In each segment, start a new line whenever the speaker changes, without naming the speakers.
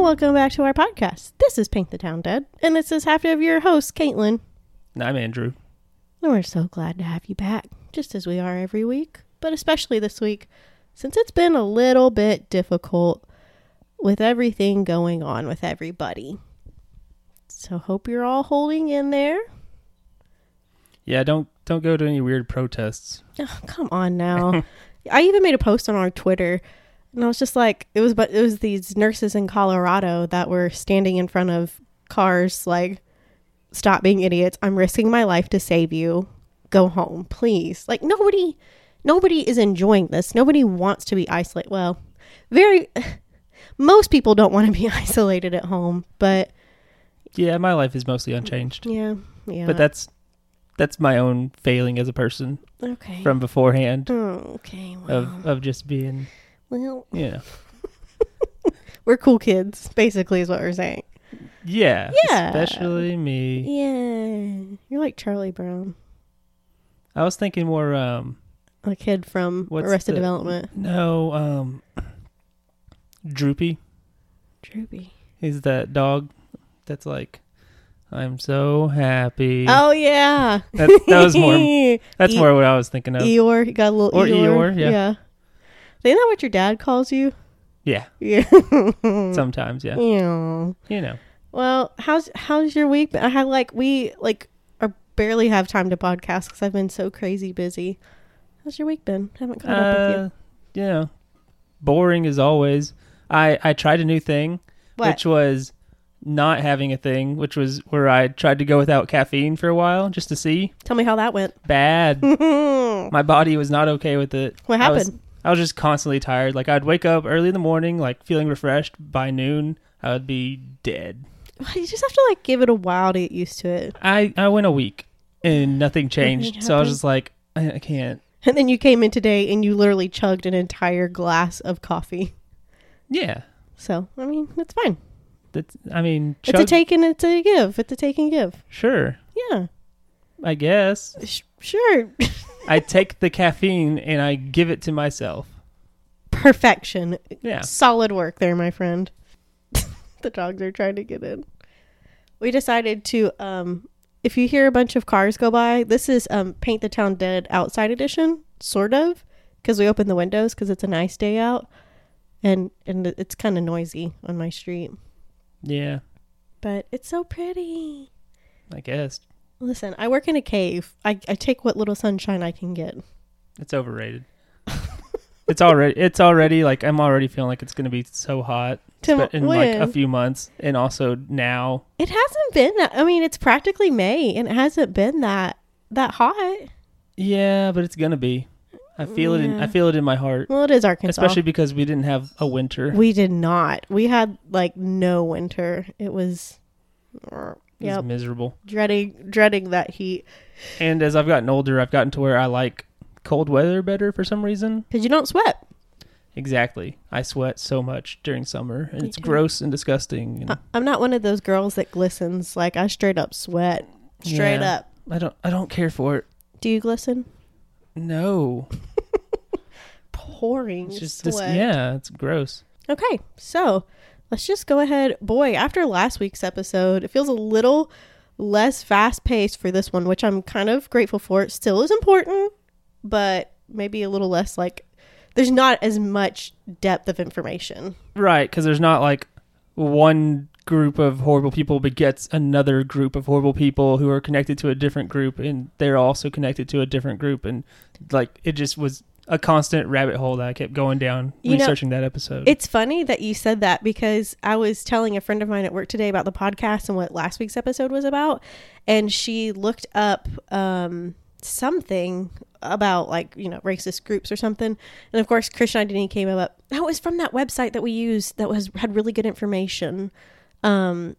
welcome back to our podcast. This is Paint the Town Dead, and this is half of your host, Caitlin.
I'm Andrew.
And we're so glad to have you back, just as we are every week, but especially this week, since it's been a little bit difficult with everything going on with everybody. So hope you're all holding in there.
Yeah, don't don't go to any weird protests.
Oh, come on now. I even made a post on our Twitter and I was just like it was but it was these nurses in Colorado that were standing in front of cars like stop being idiots. I'm risking my life to save you. Go home, please. Like nobody nobody is enjoying this. Nobody wants to be isolated. Well, very most people don't want to be isolated at home, but
Yeah, my life is mostly unchanged.
yeah, yeah.
But that's that's my own failing as a person
okay.
from beforehand
Oh, okay. Well,
of of just being,
well,
you know.
we're cool kids, basically, is what we're saying.
Yeah.
Yeah.
Especially me.
Yeah, you're like Charlie Brown,
I was thinking more um
a kid from
What's
Arrested
the-
Development.
no, um Droopy
Droopy.
is that dog that's like I'm so happy.
Oh yeah,
That's, that was more that's
E-
more what I was thinking of.
Eeyore. You got a little
Or
Eeyore.
Eeyore, yeah.
Isn't that what your dad calls you?
yeah,
Yeah.
sometimes, yeah.
yeah.
You know.
Well, how's how's your week? been? I had like we like are barely have time to podcast because I've been so crazy busy. How's your week been? haven't caught up with you.
Uh, you know, boring as always. I I tried a new thing,
What?
which was not having a thing, which was where I tried to go without caffeine for a while just to see.
Tell me how that went.
Bad. My body was not okay with it.
What
I was-
happened?
I was just constantly tired. Like I'd wake up early in the morning, like feeling refreshed. By noon, I would be dead.
you just have to like give it a while to get used to it.
I I went a week and nothing changed. so I was
happened.
just like, I, I can't.
And then you came in today and you literally chugged an entire glass of coffee.
Yeah,
So I mean, it's fine.
that's. I mean,
It's a
chug-
take and it's a give. It's a take and give.
sure,
Yeah,
I guess.
Sh- sure.
I take the caffeine and I give it to myself.
Perfection.
Yeah.
Solid work there, my friend. the dogs are trying to get in. We decided to um if you hear a bunch of cars go by, this is um Paint the Town Dead outside edition, sort of, cuz we open the windows cuz it's a nice day out and and it's kind of noisy on my street,
Yeah,
but it's so pretty.
I guess.
Listen, I work in a cave. I, I take what little sunshine I can get.
It's overrated. it's already it's already like I'm already feeling like it's going to be so hot
To
but in like a
when?
few months and also now.
It hasn't been that. I mean, it's practically May, and it hasn't been that that hot.
Yeah, but it's going to be. I feel it in I
Yeah.
feel it in my heart,
Well, it is Arkansas.
especially because we didn't have a winter.
we did not. We had like no winter. It was,
It was
yep,
miserable.
dreading dreading that heat
And as I've gotten older, I've gotten to where I like cold weather better for some reason.
because you don't sweat.
Exactly. I sweat so much during summer and
You
it's
do.
gross and disgusting and
I, I'm not one of those girls that glistens. Like I straight up sweat, straight
Yeah.
up.
I don't I don't care for it.
Do you glisten?
No,
Pouring
it's just
sweat.
dis- yeah, it's gross.
Okay, so let's just go ahead. Boy, after last week's episode, it feels a little less fast paced for this one, which I'm kind of grateful for. It still is important, but maybe a little less like there's not as much depth of information.
Right, because there's not like one group of horrible people begets another group of horrible people who are connected to a different group, and they're also connected to a different group, and like it just was a constant rabbit hole that I kept going down
You know,
researching that episode.
It's funny that you said that because I was telling a friend of mine at work today about the podcast and what last week's episode was about, and she looked up um, something about like you know racist groups or something, and of course Christian identity came up. That was from that website that we used that was had really good information. Um,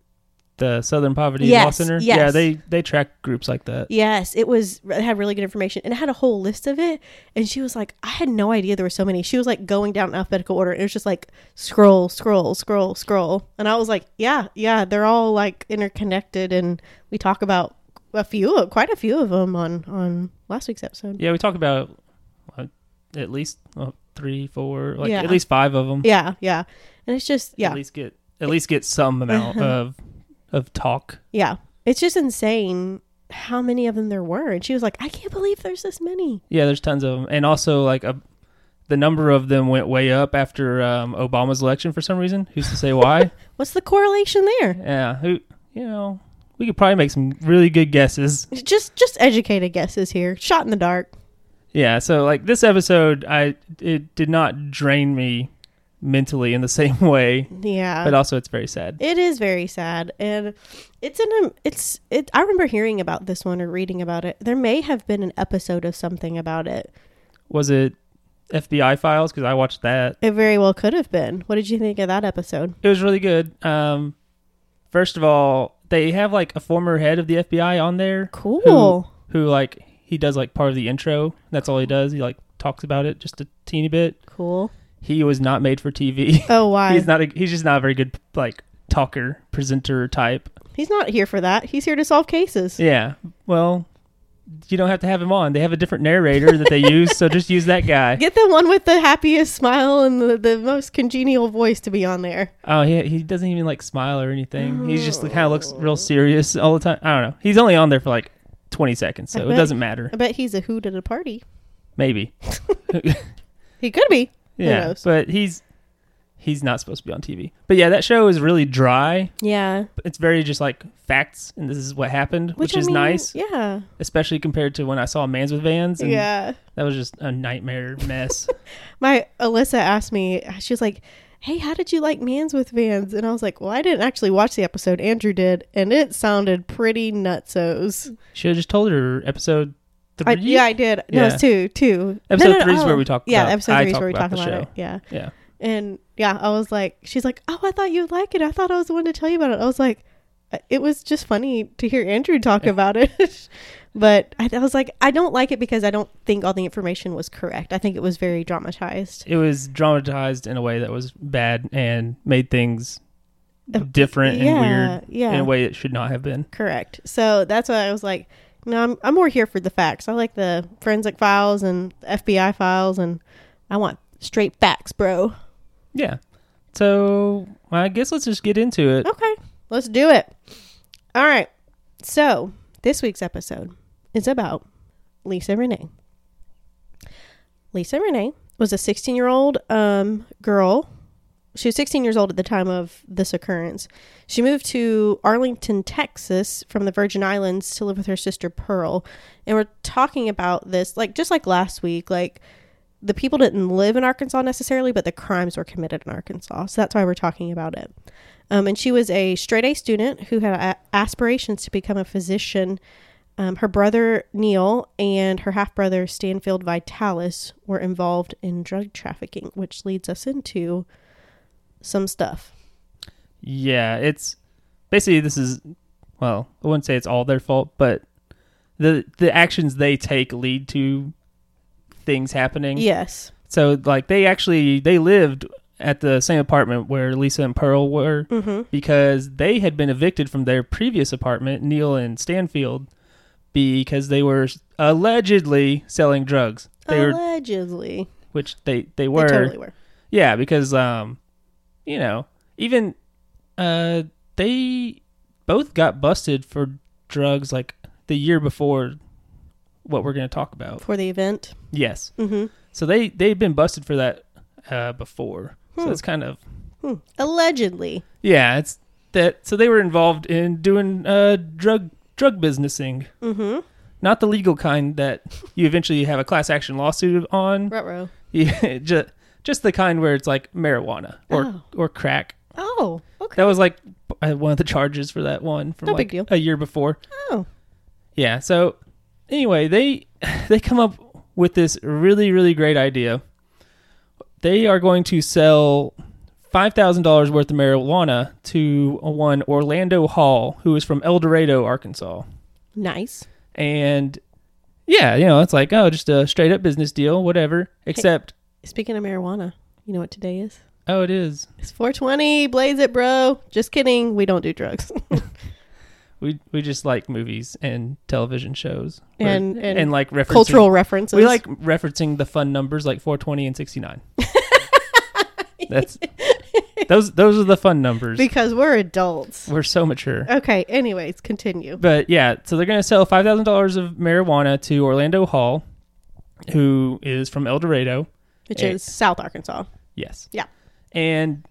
the Southern Poverty Law
Yes,
Center.
yes.
Yeah, they they track groups like that.
Yes, it was it had really good information and it had a whole list of it. And she was like, I had no idea there were so many. She was like going down in alphabetical order. It was just like scroll, scroll, scroll, scroll. And I was like, yeah, yeah, they're all like interconnected. And we talk about a few, of, quite a few of them on on last week's episode.
Yeah, we talked about uh, at least uh, three, four, like
Yeah.
at least five of them.
Yeah, yeah. And it's just yeah,
at least get at least get some amount of of talk.
Yeah. It's just insane how many of them there were. And she was like, I can't believe there's this many.
Yeah, there's tons of them, and also like a, the number of them went way up after um, Obama's election for some reason. Who's to say why?
What's the correlation there?
yeah, who you know, we could probably make some really good guesses.
Just just educated guesses here. Shot in the dark.
Yeah, so like this episode, I it did not drain me mentally in the same way,
Yeah.
but also it's very sad.
It is very sad, and it's in a it's it. I remember hearing about this one or reading about it. There may have been an episode of something about it.
Was it FBI Files? Because I watched that.
It very well could have been. What did you think of that episode?
It was really good. Um, first of all, they have like a former head of the FBI on there.
Cool.
who like he does like part of the intro. That's all he does. He like talks about it just a teeny bit.
Cool.
He was not made for TV.
Oh, why?
he's not. A, he's just not a very good like talker, presenter type.
here for that. He's here to solve cases.
Yeah. Well, you don't have to have him on. They have a different narrator that they use, so just use that guy.
Get the one with the happiest smile and the, the most congenial voice to be on there.
Oh, he he doesn't even like smile or anything. He just kind of looks real serious all the time. I don't know. He's only on there for like. 20 seconds, so it
bet-
doesn't matter.
I bet he's a hoot at a party.
Maybe.
He could be.
Yeah,
knows?
but he's he's not supposed to be on TV. But yeah, that show is really dry.
Yeah.
It's very just like facts, and this is what happened, which,
I
is
mean,
nice,
Yeah.
especially compared to when I saw Mans with Vans. And
Yeah.
that was just a nightmare mess.
my Alyssa asked me, she was like, Hey, how did you like Mans with Vans? And I was like, Well, I didn't actually watch the episode. Andrew did, and it sounded pretty nutsos.
Should have just told her episode three.
I, yeah, I did. No,
Yeah.
it's two. Two. No,
Episode
no, no,
three is where
oh.
we talk
Yeah,
about-
episode
I
three is
talk
where we
about
talk
the
about, it.
show.
Yeah.
yeah.
And yeah, I was like, She's like, Oh, I thought you'd like it. I thought I was the one to tell you about it. I was like, "Uh, It was just funny to hear Andrew talk about it. but I, I was like, I don't like it because I don't think all the information was correct. I think it was very dramatized.
It was dramatized in a way that was bad and made things different and
Uh, yeah,
weird
yeah.
in a way it should not have been.
Correct. So that's why I was like, no, I'm, I'm more here for the facts. I like the forensic files and FBI files, and I want straight facts, bro.
Yeah. So I guess let's just get into it.
Okay, let's do it. All right. So this week's episode is about Lisa Renee. Lisa Renee was a 16 year old um, girl. She was 16 years old at the time of this occurrence. She moved to Arlington, Texas from the Virgin Islands to live with her sister Pearl. And we're talking about this, like, just like last week, like, the people didn't live in Arkansas necessarily, but the crimes were committed in Arkansas. So that's why we're talking about it. Um, and she was a straight A student who had a- aspirations to become a physician. Um, her brother Neil and her half brother Stanfield Vitalis were involved in drug trafficking, which leads us into some stuff.
Yeah, it's basically this is well, I wouldn't say it's all their fault, but the the actions they take lead to things happening.
Yes.
So like they actually they lived at the same apartment where Lisa and Pearl were because they had been evicted from their previous apartment, Neil and Stanfield, because they were allegedly selling drugs. They were
Allegedly.
which they they were.
Oh, They totally were.
Yeah, because um, you know, even uh, they both got busted for drugs like the year before what we're going to talk about.
For the event.
Yes,
Mhm.
so they they've been busted for that uh, before. So it's kind of
Hmm. Allegedly.
yeah, it's that. So they were involved in doing uh drug drug businessing. Mm-hmm. Not the legal kind that you eventually have a class action lawsuit on.
Ruh-roh.
Yeah, just, just the kind where it's like marijuana or
Oh.
or crack.
Oh, okay.
That was like uh, one of the charges for that one from
No
like
big deal.
a year before.
Oh.
Yeah. So anyway, they they come up with this really really great idea. They are going to sell five thousand dollars worth of marijuana to one Orlando Hall, who is from El Dorado, Arkansas,
Nice.
and yeah, you know, it's like oh, just a straight up business deal, whatever. Except
Speaking of marijuana, you know what today is?
oh, it is
It's 420. Blaze it, bro. Just kidding. We don't do drugs.
we we just like movies and television shows
And-
We're-
and
like referencing-
Cultural references.
We like referencing the fun numbers like 420 and 69. That's Those those are the fun numbers.
because we're adults.
We're so mature.
Okay, anyways, continue.
But yeah, so they're going to sell five thousand dollars of marijuana to Orlando Hall, who is from El Dorado.
Which
Eh.
is South Arkansas.
Yes.
Yeah.
And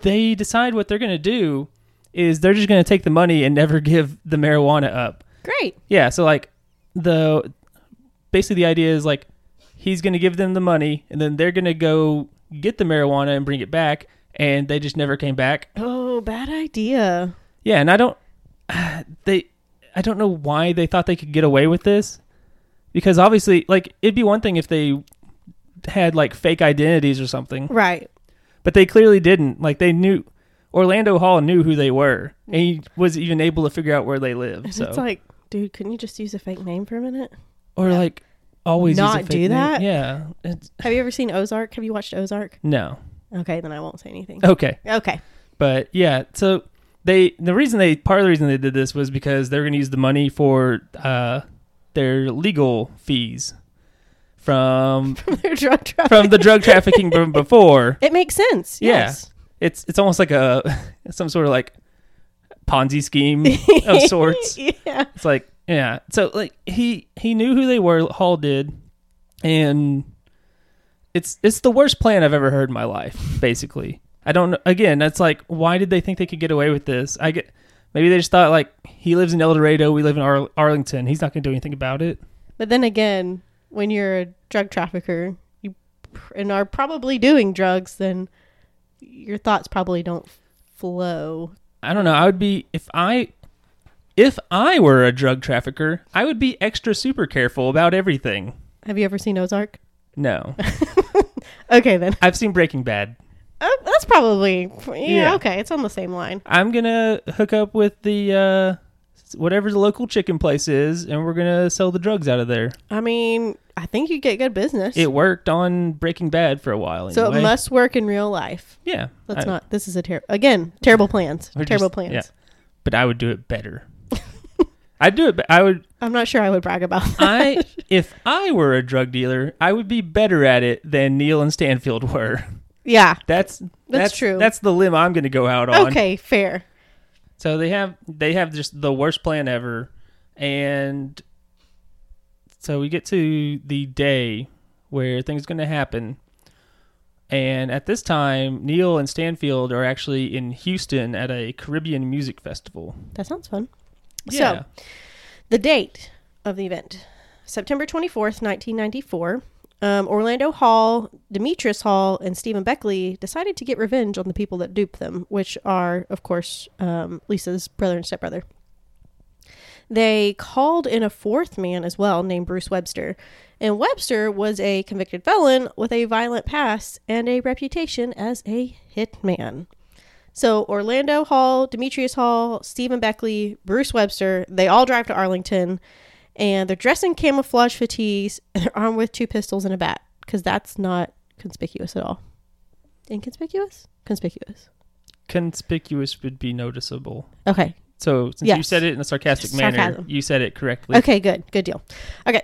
they decide what they're going to do is they're just going to take the money and never give the marijuana up.
Great.
Yeah. So like the basically the idea is like he's going to give them the money and then they're going to go get the marijuana and bring it back and they just never came back.
Oh, bad idea.
Yeah, and I don't they I don't know why they thought they could get away with this because obviously like it'd be one thing if they had like fake identities or something,
Right.
but they clearly didn't. Like they knew Orlando Hall knew who they were and he was even able to figure out where they lived.
And
So
It's like, dude, couldn't you just use a fake name for a minute?
or like always use a
Not
fake
do
name.
that?
Yeah. It's,
Have you ever seen Ozark? Have you watched Ozark?
no.
Okay, then I won't say anything.
Okay.
Okay.
But yeah, so they the reason they part of the reason they did this was because they were going to use the money for uh, their legal fees from
They're drug trafficking.
from the drug trafficking from before.
It makes sense.
Yeah.
Yes.
It's it's almost like a some sort of like Ponzi scheme of sorts.
yeah.
It's like yeah, so like he he knew who they were. Hall did, and it's it's the worst plan I've ever heard in my life. Basically, I don't. know. Again, that's like why did they think they could get away with this? I get maybe they just thought like he lives in El Dorado, we live in Ar- Arlington. He's not going to do anything about it.
But then again, when you're a drug trafficker, you pr- and are probably doing drugs, then your thoughts probably don't flow.
I don't know. I would be if I if I were a drug trafficker, I would be extra super careful about everything.
Have you ever seen Ozark?
No,
Okay, then.
I've seen Breaking Bad.
Oh, that's probably yeah,
Yeah.
Okay, it's on the same line.
I'm gonna hook up with the uh, whatever the local chicken place is, and we're gonna sell the drugs out of there.
I mean, I think you get good business.
It worked on Breaking Bad for a while. Anyway.
so it must work in real life.
Yeah,
Let's
I-
not. This is a terrible again. Terrible plans.
we're
Terrible
just-
plans.
yeah. but I would do it better. I'd do it. Be- I would.
I'm not sure I would brag about. That.
I if I were a drug dealer, I would be better at it than Neil and Stanfield were.
yeah.
That's that's,
true.
That's the limb I'm going to go out on.
Okay. Fair.
So they have they have just the worst plan ever, and so we get to the day where things going to happen, and at this time Neil and Stanfield are actually in Houston at a Caribbean music festival.
That sounds fun. So
Yeah,
The date of the event September 24th, 1994. Um, Orlando Hall, Demetrius Hall, and Stephen Beckley decided to get revenge on the people that duped them, which are, of course, um, Lisa's brother and stepbrother. They called in a fourth man as well, named Bruce Webster. And Webster was a convicted felon with a violent past and a reputation as a hitman. So Orlando Hall, Demetrius Hall, Stephen Beckley, Bruce Webster, they all drive to Arlington and they're dressed in camouflage fatigues and they're armed with two pistols and a bat because that's not conspicuous at all. Inconspicuous? Conspicuous.
conspicuous would be noticeable.
Okay.
So since you
Yes.
said it in a sarcastic manner,
Sarcasm.
you said it correctly.
Okay, good. Good deal. Okay.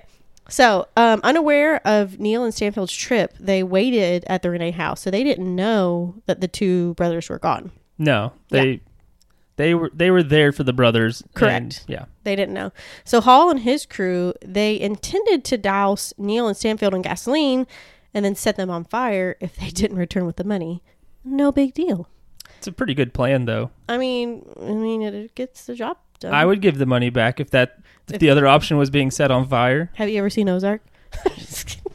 So, um, unaware of Neil and Stanfield's trip, they waited at the Renee house. So they didn't know that the two brothers were gone.
No, they they were they were there for the brothers. and-
Correct.
yeah.
They didn't know. So Hall and his crew, they intended to douse Neil and Stanfield in gasoline and then set them on fire if they didn't return with the money. No big deal.
It's a pretty good plan, though.
I mean, I mean, it, it gets the job done.
I would give the money back if that if, the other option was being set on fire.
Have you ever seen Ozark? Just kidding.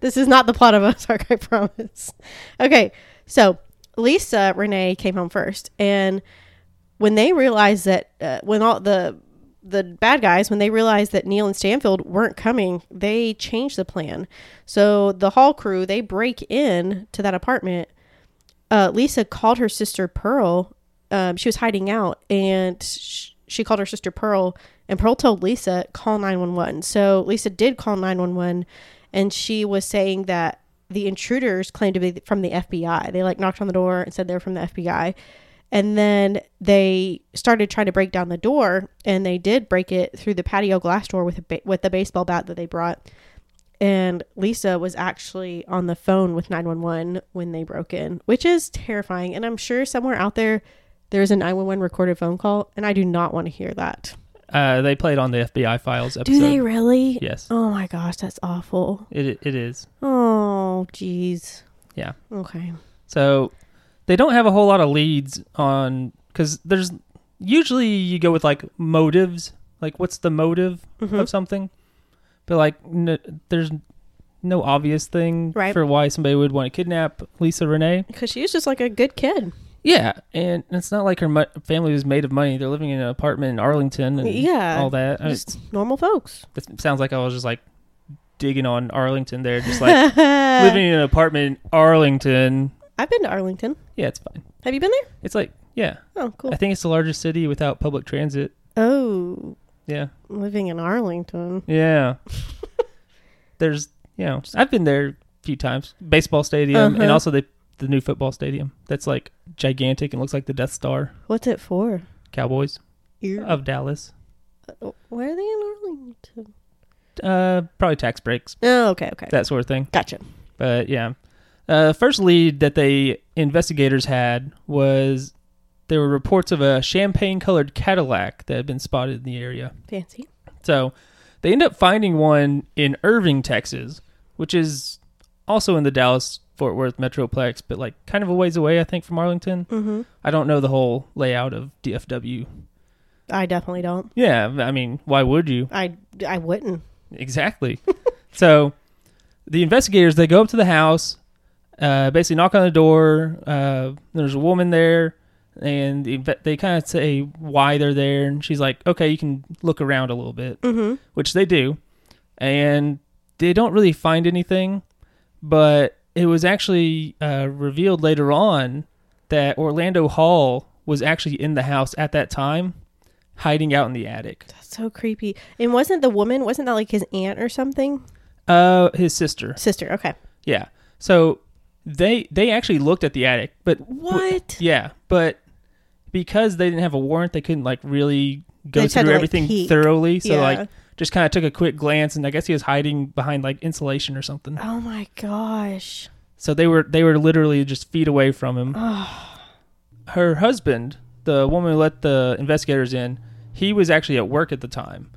this is not the plot of Ozark, I promise. Okay, so Lisa Renee came home first, and when they realized that uh, when all the the bad guys when they realized that Neil and Stanfield weren't coming, they changed the plan. So the Hall crew they break in to that apartment. Uh, Lisa called her sister Pearl. Um, she was hiding out, and sh- she called her sister Pearl. And Pearl told Lisa call nine one one. So Lisa did call nine one one, and she was saying that the intruders claimed to be from the FBI. They like knocked on the door and said they were from the FBI. And then they started trying to break down the door, and they did break it through the patio glass door with a ba- with the baseball bat that they brought. and Lisa was actually on the phone with 911 when they broke in, which is terrifying. And I'm sure somewhere out there there's a 911 recorded phone call, and I do not want to hear that.
Uh, they played on the FBI Files episode.
Do they really?
Yes,
Oh my gosh, that's awful.
it it is.
Oh, jeez.
Yeah.
Okay.
So they don't have a whole lot of leads on because there's usually you go with like motives, like what's the motive
Mhm.
of something, but like n- there's no obvious thing
Right.
for why somebody would want to kidnap Lisa Renee.
Because she was just like a good kid.
Yeah, and it's not like her mo- family was made of money. They're living in an apartment in Arlington and
Yeah,
all that. I mean,
Just normal folks.
that sounds like I was just like digging on Arlington there, just like living in an apartment in Arlington.
I've been to Arlington.
Yeah, it's fine.
Have you been there?
It's like yeah,
Oh, cool.
I think it's the largest city without public transit.
Oh,
Yeah.
living in Arlington.
Yeah. There's, you know, I've been there a few times. Baseball stadium and
Uh-huh.
also the the new football stadium that's like gigantic and looks like the Death Star.
What's it for?
Cowboys
You're,
of Dallas.
where are they in Arlington?
Uh, probably tax breaks,
Oh, okay, okay.
that sort of thing.
gotcha.
But yeah. Uh, first lead that they investigators had was there were reports of a champagne colored Cadillac that had been spotted in the area.
Fancy.
So they end up finding one in Irving, Texas, which is also in the Dallas Fort Worth Metroplex, but like kind of a ways away, I think, from Arlington.
Mm-hmm.
I don't know the whole layout of DFW.
I definitely don't.
Yeah, I mean, why would you?
I, I wouldn't.
Exactly. so the investigators they go up to the house, uh, basically knock on the door. Uh, there's a woman there, and the inve- they kind of say why they're there, and she's like, "Okay, you can look around a little bit."
Mm-hmm.
which they do, and they don't really find anything. But it was actually uh, revealed later on that Orlando Hall was actually in the house at that time, hiding out in the attic.
That's so creepy. And wasn't the woman, wasn't that like his aunt or something?
Uh, his sister.
Sister, okay.
Yeah. So they they actually looked at the attic, but
What?
yeah, but because they didn't have a warrant, they couldn't like really go
They just had
through
to, like,
everything
peek.
thoroughly. So
Yeah.
like just kind of took a quick glance, and I guess he was hiding behind like insulation or something.
Oh my gosh.
So they were they were literally just feet away from him. Her husband, the woman who let the investigators in, he was actually at work at the time.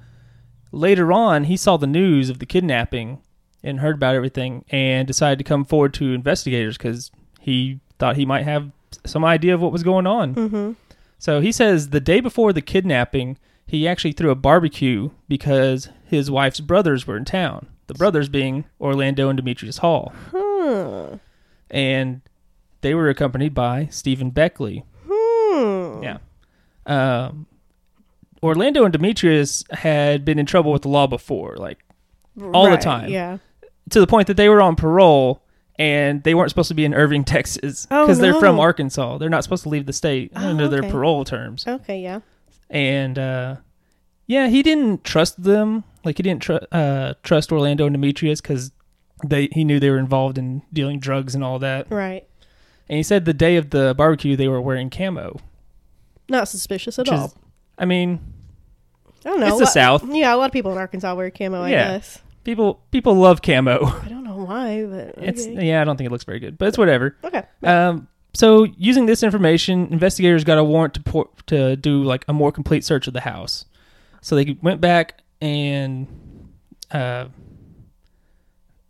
Later on, he saw the news of the kidnapping and heard about everything and decided to come forward to investigators cuz he thought he might have some idea of what was going on.
Mm-hmm.
So he says the day before the kidnapping, he actually threw a barbecue because his wife's brothers were in town. The brothers being Orlando and Demetrius Hall
Huh.
and they were accompanied by Stephen Beckley.
Hmm.
Yeah. Um, Orlando and Demetrius had been in trouble with the law before, like All the
Right,
time.
Yeah.
to the point that they were on parole and they weren't supposed to be in Irving, Texas,
Oh,
because they're from
no.
Arkansas. They're not supposed to leave the state
Oh,
under their
okay.
parole terms.
Okay, yeah.
And uh, yeah, he didn't trust them. Like he didn't tr- uh, trust Orlando and Demetrius because they he knew they were involved in dealing drugs and all that.
Right.
And he said the day of the barbecue they were wearing camo.
Not suspicious at
which is-
all.
I mean,
I don't know.
it's the
Lo-
South.
Yeah, a lot of people in Arkansas wear camo, I
Yeah.
guess.
people people love camo.
I don't know why, but okay.
It's yeah, I don't think it looks very good, but it's whatever.
okay.
Um, so using this information, investigators got a warrant to por- to do like a more complete search of the house. So they went back and uh,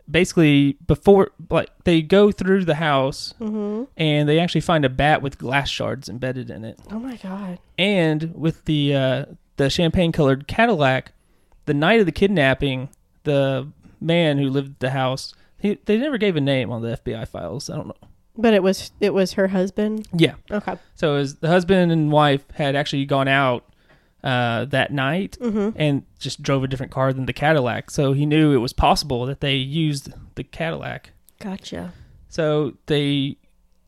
basically before like they go through the house
Mm-hmm.
and they actually find a bat with glass shards embedded in it.
Oh my god.
And with the uh, the champagne colored Cadillac, the night of the kidnapping, the man who lived at the house, he, they never gave a name on the FBI files. I don't know.
But it was it was her husband.
Yeah.
Okay.
So his the husband and wife had actually gone out uh, that night
Mm-hmm.
and just drove a different car than the Cadillac. So he knew it was possible that they used the Cadillac.
Gotcha.
So they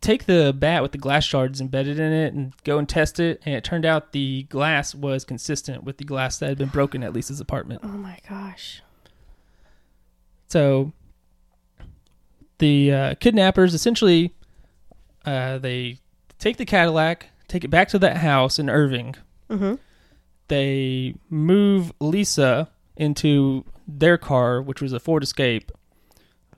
take the bat with the glass shards embedded in it and go and test it. And it turned out the glass was consistent with the glass that had been broken at Lisa's apartment.
Oh my gosh.
So the uh, kidnappers essentially uh, they take the Cadillac, take it back to that house in Irving.
Mm-hmm.
They move Lisa into their car, which was a Ford Escape.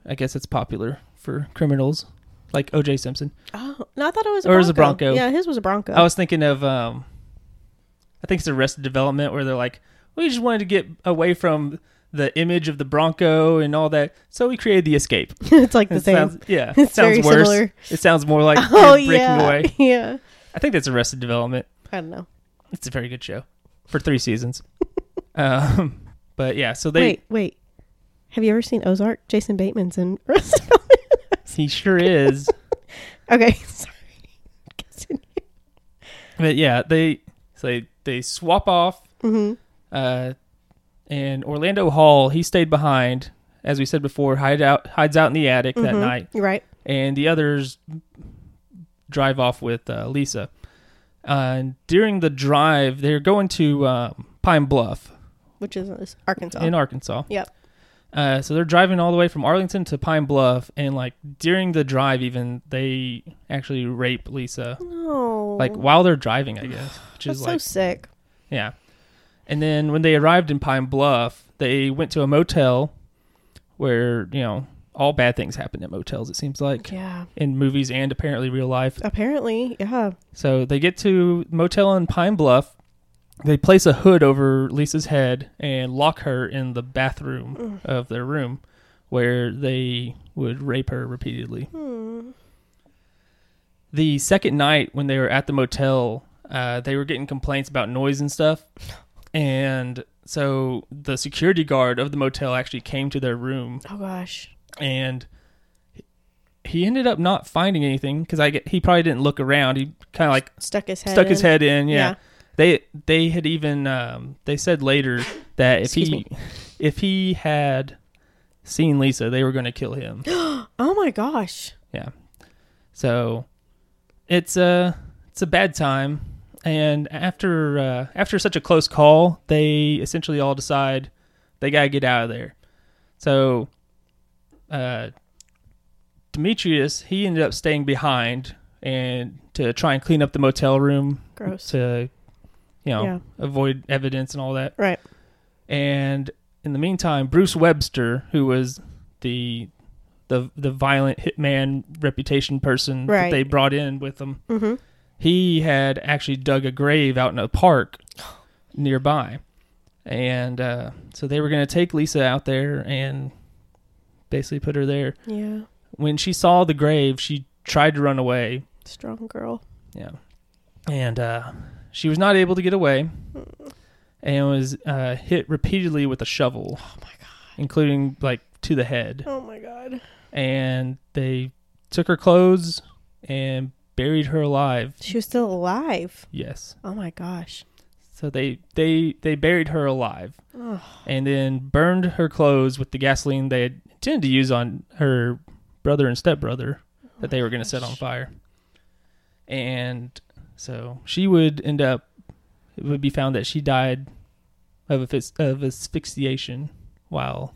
I guess it's popular for criminals, like O.J. Simpson.
Oh, no, I thought it was a Bronco.
Or it was a Bronco.
Yeah, his was a Bronco.
I was thinking of, um, I think it's Arrested Development, where they're like, we just wanted to get away from the image of the Bronco and all that, so we created the Escape.
it's like the
It
same.
sounds, yeah, it
It's
sounds
very
worse.
similar.
It sounds more like
oh
you're breaking
yeah,
away.
yeah.
I think that's Arrested Development.
I don't know.
It's a very good show for three seasons. um, but yeah, so they
wait, wait. Have you ever seen Ozark? Jason Bateman's in Arrested.
he sure is.
okay, sorry. Continue.
but yeah, they so they, they swap off
Mhm.
uh, and Orlando Hall he stayed behind as we said before hide out hides out in the attic that
Mhm.
night
You're right.
and the others drive off with uh, Lisa. Uh, and during the drive, they're going to um, Pine Bluff
Which is Arkansas.
in Arkansas.
Oh. Yep.
Uh, so they're driving all the way from Arlington to Pine Bluff, and like during the drive, even they actually rape Lisa,
no.
like while they're driving, I guess, which
Oh. that's
is
so
like
sick.
yeah. And then when they arrived in Pine Bluff, they went to a motel where you know all bad things happen at motels. It seems like
Yeah.
in movies and apparently real life.
Apparently, yeah.
So they get to motel in Pine Bluff. They place a hood over Lisa's head and lock her in the bathroom of their room, where they would rape her repeatedly.
Hmm.
The second night when they were at the motel, uh, they were getting complaints about noise and stuff, and so the security guard of the motel actually came to their room
Oh gosh.
and he ended up not finding anything because I get, he probably didn't look around. He kind of like
Stuck his head.
stuck his
in.
head in. Yeah.
Yeah.
They they had even um, they said later that if he
Excuse
if he had seen Lisa, they were going to kill him.
Oh my gosh.
so it's a it's a bad time. And after uh, after such a close call, they essentially all decide they gotta get out of there. So uh, Demetrius he ended up staying behind and to try and clean up the motel room
Gross.
to you know
Yeah.
avoid evidence and all that
Right.
and in the meantime bruce webster who was the the the violent hitman reputation person that
Right.
they brought in with them
Mm-hmm.
he had actually dug a grave out in a park nearby and uh, so they were going to take lisa out there and basically put her there
Yeah.
when she saw the grave she tried to run away
Strong girl.
yeah. And uh, she was not able to get away and was uh, hit repeatedly with a shovel. Oh my God. Including like to the head.
Oh my god.
And they took her clothes and buried her alive.
She was still alive.
Yes.
Oh my gosh.
So they, they, they buried her alive
Ugh.
and then burned her clothes with the gasoline they had intended to use on her brother and stepbrother that they were going to set on
gosh.
fire. And so she would end up, it would be found that she died of, asphyx- of asphyxiation while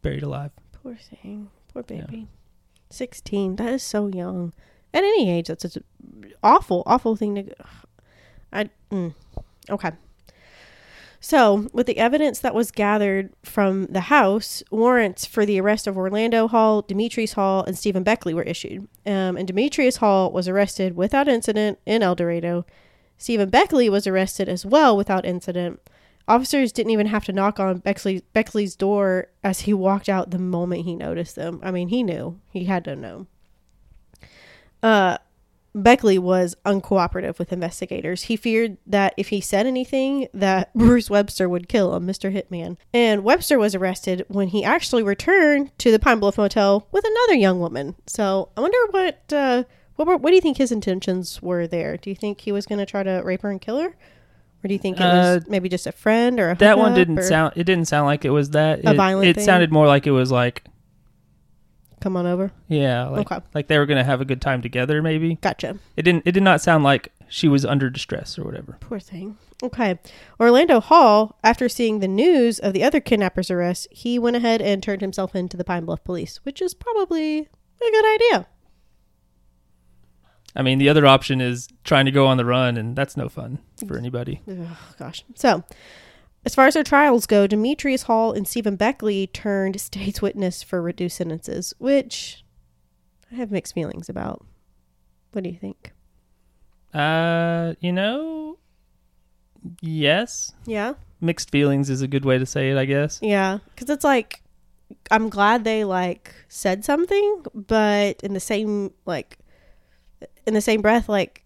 buried alive.
Poor thing. Poor
Yeah.
baby. 16. That is so young. At any age, that's just an awful, awful thing to. go- I. Mm. Okay. So, with the evidence that was gathered from the house, warrants for the arrest of Orlando Hall, Demetrius Hall, and Stephen Beckley were issued. Um, and Demetrius Hall was arrested without incident in El Dorado. Stephen Beckley was arrested as well without incident. Officers didn't even have to knock on Bexley, Beckley's door as he walked out the moment he noticed them. I mean, he knew. He had to know. Uh, Beckley was uncooperative with investigators. He feared that if he said anything, that Bruce Webster would kill him, Mr. Hitman. And Webster was arrested when he actually returned to the Pine Bluff Motel with another young woman. So I wonder what uh, what were, what do you think his intentions were there? Do you think he was going to try to rape her and kill her, or do you think it
Uh,
was maybe just a friend or a
That one
hookup
didn't
or-
sound, it didn't sound like it was that.
Uh, A
it,
violent
It
thing?
sounded more like it was like,
Come on over.
yeah, like,
Okay.
like they were going to have a good time together maybe.
Gotcha.
It didn't, it did not sound like she was under distress or whatever.
Poor thing. Okay. Orlando Hall, after seeing the news of the other kidnapper's arrest, he went ahead and turned himself in to the Pine Bluff police, which is probably a good idea.
I mean, the other option is trying to go on the run, and that's no fun for anybody.
Oh, gosh. So, As far as their trials go, Demetrius Hall and Stephen Beckley turned state's witness for reduced sentences, which I have mixed feelings about. What do you think?
Uh, you know, yes.
Yeah.
Mixed feelings is a good way to say it, I guess.
Yeah, because it's like I'm glad they like said something, but in the same like in the same breath, like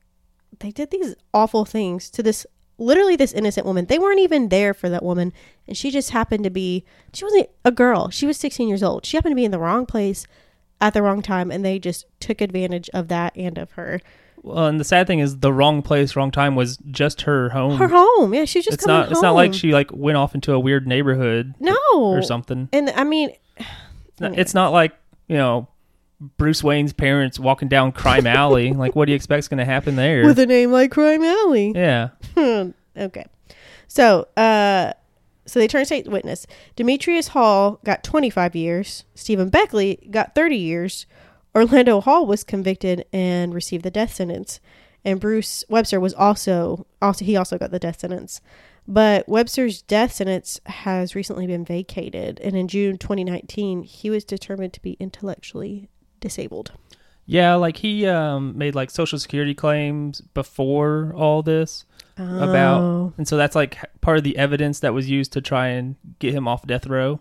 they did these awful things to this literally this innocent woman. They weren't even there for that woman, and she just happened to be she wasn't a girl. She was 16 years old. She happened to be in the wrong place at the wrong time, and they just took advantage of that and of her.
Well, and the sad thing is, the wrong place, wrong time was just her home.
Her home, yeah, she was just
Um, it's
coming
not.
home.
It's not like she like went off into a weird neighborhood
no
or something.
And I mean,
No, It's not like you know Bruce Wayne's parents walking down Crime Alley. Like, what do you expect's going to happen there?
with a name like Crime Alley.
yeah.
okay. So, uh, so they turned state witness. Demetrius Hall got 25 years. Stephen Beckley got 30 years. Orlando Hall was convicted and received the death sentence. And Bruce Webster was also also he also got the death sentence. But Webster's death sentence has recently been vacated, and in June 2019, he was determined to be intellectually disabled.
Yeah, like he um, made like social security claims before all this
Oh,
about, and so that's like h- part of the evidence that was used to try and get him off death row.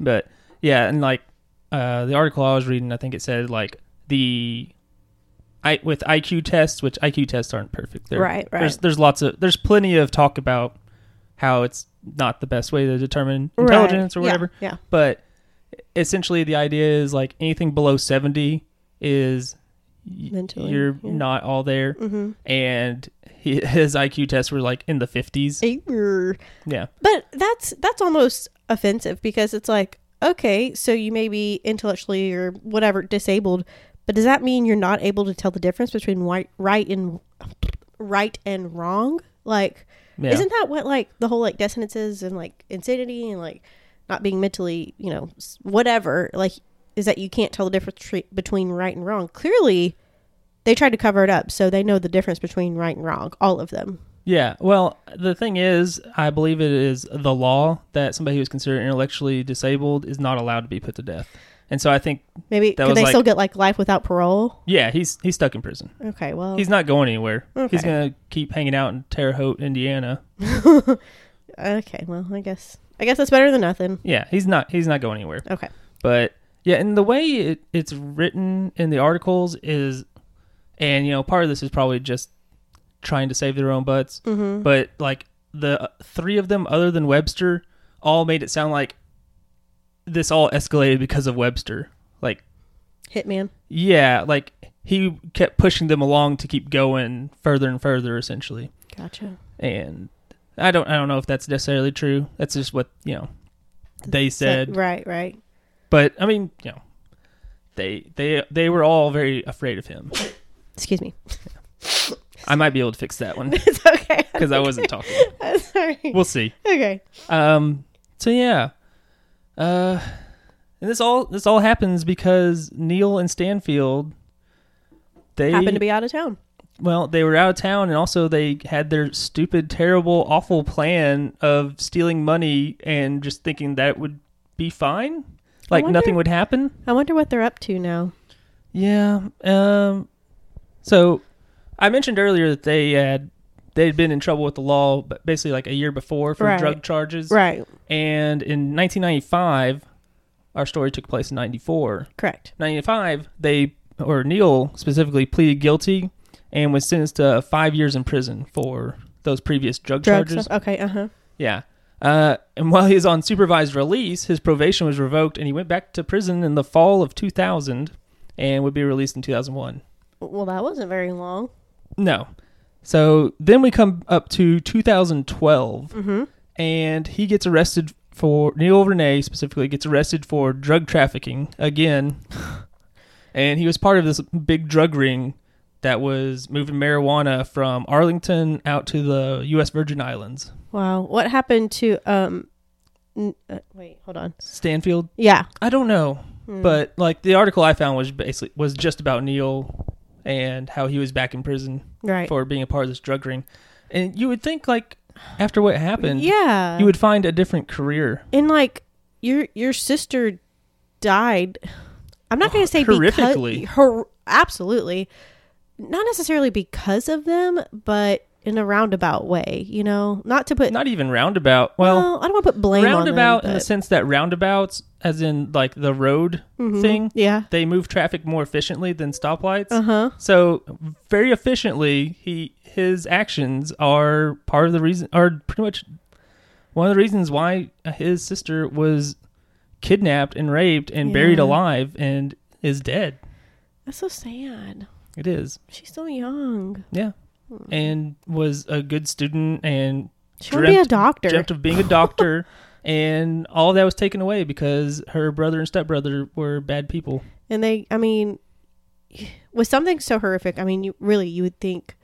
But yeah, and like uh, the article I was reading, I think it said like the I with IQ tests, which IQ tests aren't perfect. They're-
Right, right.
There's there's lots of there's plenty of talk about how it's not the best way to determine
Right.
intelligence or
Yeah,
whatever.
Yeah,
But essentially, the idea is like anything below seventy is y-
Mentally,
you're
yeah.
not all there,
Mhm.
and he, his IQ tests were like in the fifties.
Err.
Yeah,
But that's that's almost offensive because it's like, okay, so you may be intellectually or whatever disabled, but does that mean you're not able to tell the difference between right, right and right and wrong? Like,
yeah.
isn't that what like the whole like dissonances and like insanity and like not being mentally, you know, s- whatever? Like, is that you can't tell the difference tre- between right and wrong? Clearly, they tried to cover it up, so they know the difference between right and wrong, all of them.
Yeah. Well, the thing is, I believe it is the law that somebody who is considered intellectually disabled is not allowed to be put to death. And so I think,
Maybe
That
could
was,
they
like-
still get like life without parole?
yeah, he's he's stuck in prison.
Okay, well,
He's not going anywhere. He's
Oh. Okay.
gonna keep hanging out in Terre Haute, Indiana.
okay, well, I guess I guess that's better than nothing.
Yeah, he's not he's not going anywhere.
Okay,
But yeah, and the way it, it's written in the articles is, and you know, part of this is probably just trying to save their own butts. But like the uh, three of them, other than Webster, all made it sound like this all escalated because of Webster. Like,
hitman.
yeah, like he kept pushing them along to keep going further and further, essentially.
Gotcha.
And I don't, I don't know if that's necessarily true. That's just what you know they said
right, right.
but I mean, you know, they they they were all very afraid of him.
Excuse me.
I might be able to fix that one
it's okay.
because I wasn't talking.
I'm sorry.
We'll see.
okay.
Um. So yeah. Uh. And this all this all happens because Neil and Stanfield they
Happened to be out of town.
well they were out of town and also they had their stupid terrible awful plan of stealing money and just thinking that would be fine like
wonder-
nothing would happen
I wonder what they're up to now.
Yeah. Um. So, I mentioned earlier that they had they had been in trouble with the law, but basically like a year before for
Right.
drug charges.
Right.
And in 1995, our story took place in 94.
Correct.
95, they or Neil specifically pleaded guilty and was sentenced to five years in prison for those previous drug,
Drug
charges.
stuff. Okay. Uh huh.
Yeah. Uh, and while he was on supervised release, his probation was revoked and he went back to prison in the fall of 2000 and would be released in 2001.
Well, that wasn't very long.
No. So then we come up to 2012
Mm-hmm.
and he gets arrested for, Neil Renee specifically gets arrested for drug trafficking again. and he was part of this big drug ring that was moving marijuana from Arlington out to the U.S. Virgin Islands.
Wow. What happened to um? N- uh, wait. Hold on.
Stanfield
Yeah.
I don't know,
Hmm.
but like the article I found was basically was just about Neil and how he was back in prison
Right.
for being a part of this drug ring, and you would think like after what happened,
yeah.
you would find a different career.
and like your your sister died. I'm not going to say
Horrifically.
because her absolutely not necessarily because of them, but in a roundabout way. You know, not to put
Not even roundabout. Well,
well, I don't want to put blame
roundabout
on
in
them.
the
but-
sense that roundabouts, as in like the road
Mm-hmm.
thing,
yeah.
they move traffic more efficiently than stoplights.
Uh huh.
So very efficiently, he his actions are part of the reason, are pretty much one of the reasons why his sister was kidnapped and raped and buried
Yeah.
alive and is dead.
That's so sad.
It is,
She's so young.
yeah, and was a good student and
She want to be a
Dreamt-
doctor.
dreamt of being a doctor. And all that was taken away because her brother and stepbrother were bad people.
And they, I mean, with something so horrific, I mean, you really, you would think,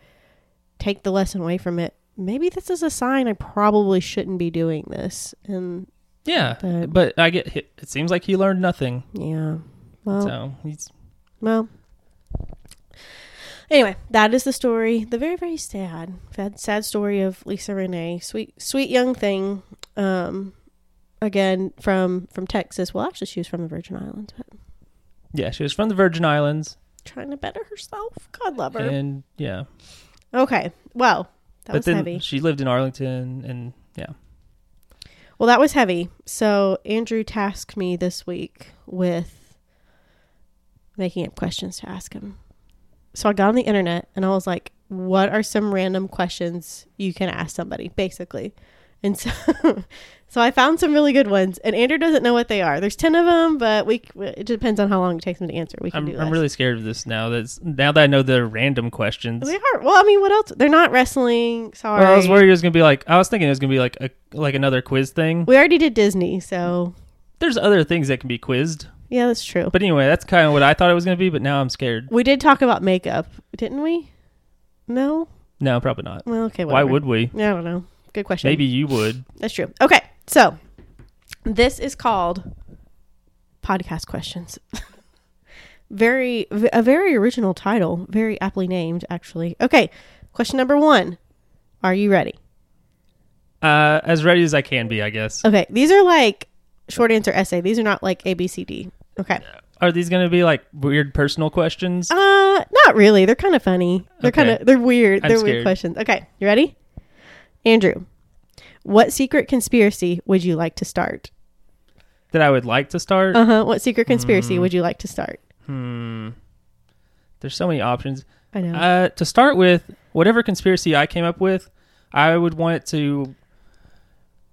take the lesson away from it. Maybe this is a sign I probably shouldn't be doing this. And
Yeah,
But-
but, I get hit. It seems like he learned nothing.
yeah, well,
So he's
well. Anyway, that is the story. The very, very sad, sad, sad story of Lisa Renee, sweet, sweet young thing. Um, again from from Texas. Well, actually, she was from the Virgin Islands, but
yeah, she was from the Virgin Islands,
trying to better herself. God love her.
and yeah,
okay, well, that
but
was
then
heavy.
she lived in Arlington, and yeah,
Well, that was heavy. So Andrew tasked me this week with making up questions to ask him. So I got on the internet and I was like, "What are some random questions you can ask somebody?" Basically, and so so I found some really good ones. And Andrew doesn't know what they are. There's ten of them, but we c- it depends on how long it takes him to answer. We can
I'm
do.
I'm
less.
really scared of this now. That's now that I know they're random questions.
They are well. I mean, what else? They're not wrestling. Sorry.
Well, I was worried it was gonna be like I was thinking it was gonna be like a like another quiz thing.
we already did Disney, so
There's other things that can be quizzed,
yeah, that's true.
but anyway, that's kind of what I thought it was gonna be. But now I'm scared.
We did talk about makeup, didn't we? No.
No, probably not.
Well, okay.
Why
Whatever.
would we?
I don't know. Good question.
Maybe you would.
that's true. Okay, so this is called podcast questions. very a very original title, very aptly named, actually. Okay, question number one. Are you ready?
Uh, as ready as I can be, I guess.
Okay, these are like short answer essay. These are not like A B C D. Okay.
Are these gonna be like weird personal questions?
Uh, not really. They're kind of funny. They're
Okay.
kind of they're weird.
I'm
they're weird
scared.
questions. Okay, you ready? Andrew, what secret conspiracy would you like to start?
that I would like to start.
Uh huh. What secret conspiracy would you like to start?
Hmm. There's so many options.
I know.
Uh, to start with, whatever conspiracy I came up with, I would want it to.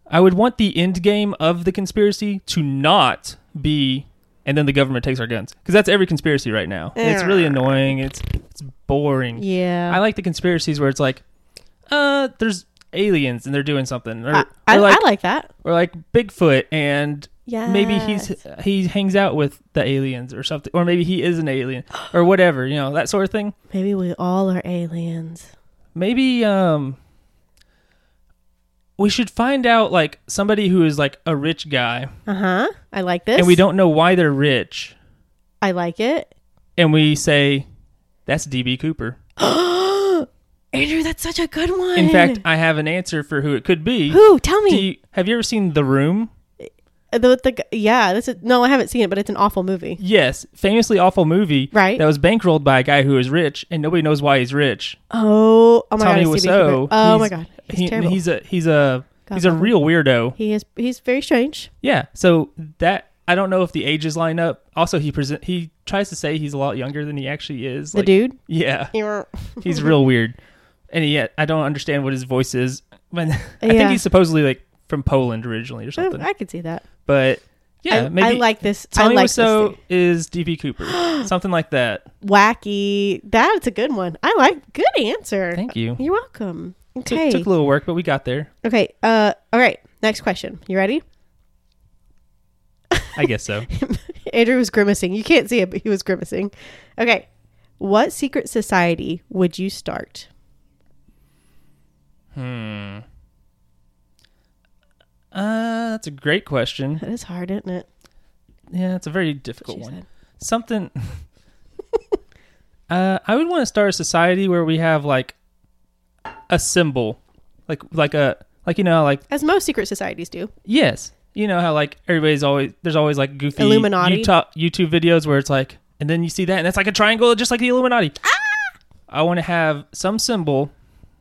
I would want the end game of the conspiracy to not be, and then the government takes our guns because that's every conspiracy right now. It's really annoying. It's it's boring.
yeah.
Um, I like the conspiracies where it's like, uh, there's aliens and they're doing something, or,
I, I,
or like
I like that.
or like Bigfoot and
Yeah.
maybe he's he hangs out with the aliens or something or maybe he is an alien or whatever you know that sort of thing
maybe we all are aliens.
maybe um we should find out like somebody who is like a rich guy
Uh huh. I like this.
and we don't know why they're rich
I like it.
and we say that's db cooper
Andrew, that's such a good one.
in fact i have an answer for who it could be
who? Tell
Do
me.
you, have you ever seen the room
Uh, the, the, g- yeah. This is no. I haven't seen it, but it's an awful movie.
yes famously awful movie
Right.
that was bankrolled by a guy who is rich and nobody knows why he's rich
Oh. Oh my
Tommy
god. it's Stevie
Wiseau.
Cooper. Oh my
he's-
god. He's
he-
terrible.
he's a he's a he's a
Godfather.
real weirdo.
He is he's very strange.
Yeah. So that I don't know if the ages line up. Also, he present he tries to say he's a lot younger than he actually is.
the dude.
Yeah,
Yeah.
he's real weird, and yet I don't understand what his voice is. When I
Yeah. Oh,
think he's supposedly like from Poland originally or something.
I could see that.
but yeah,
I,
maybe
I like this.
Tommy
I like
Wiseau
this
is DB Cooper, something like that.
thing. wacky. That's a good one. I like good answer.
Thank you.
You're welcome.
Took-
Okay.
took a little work, but we got there.
okay. Uh. All right. Next question. You ready?
I guess so.
Andrew was grimacing. You can't see it, but he was grimacing. Okay. What secret society would you start?
Hmm. Uh, that's a great question.
That is hard, isn't it?
Yeah, it's a very
What
difficult
she
one.
said.
Something. uh, I would want to start a society where we have like a symbol, like like a like you know like
as most secret societies do.
yes you know how like everybody's always there's always like goofy
Illuminati.
Utah, YouTube videos where it's like and then you see that and it's like a triangle just like the Illuminati. I want to have some symbol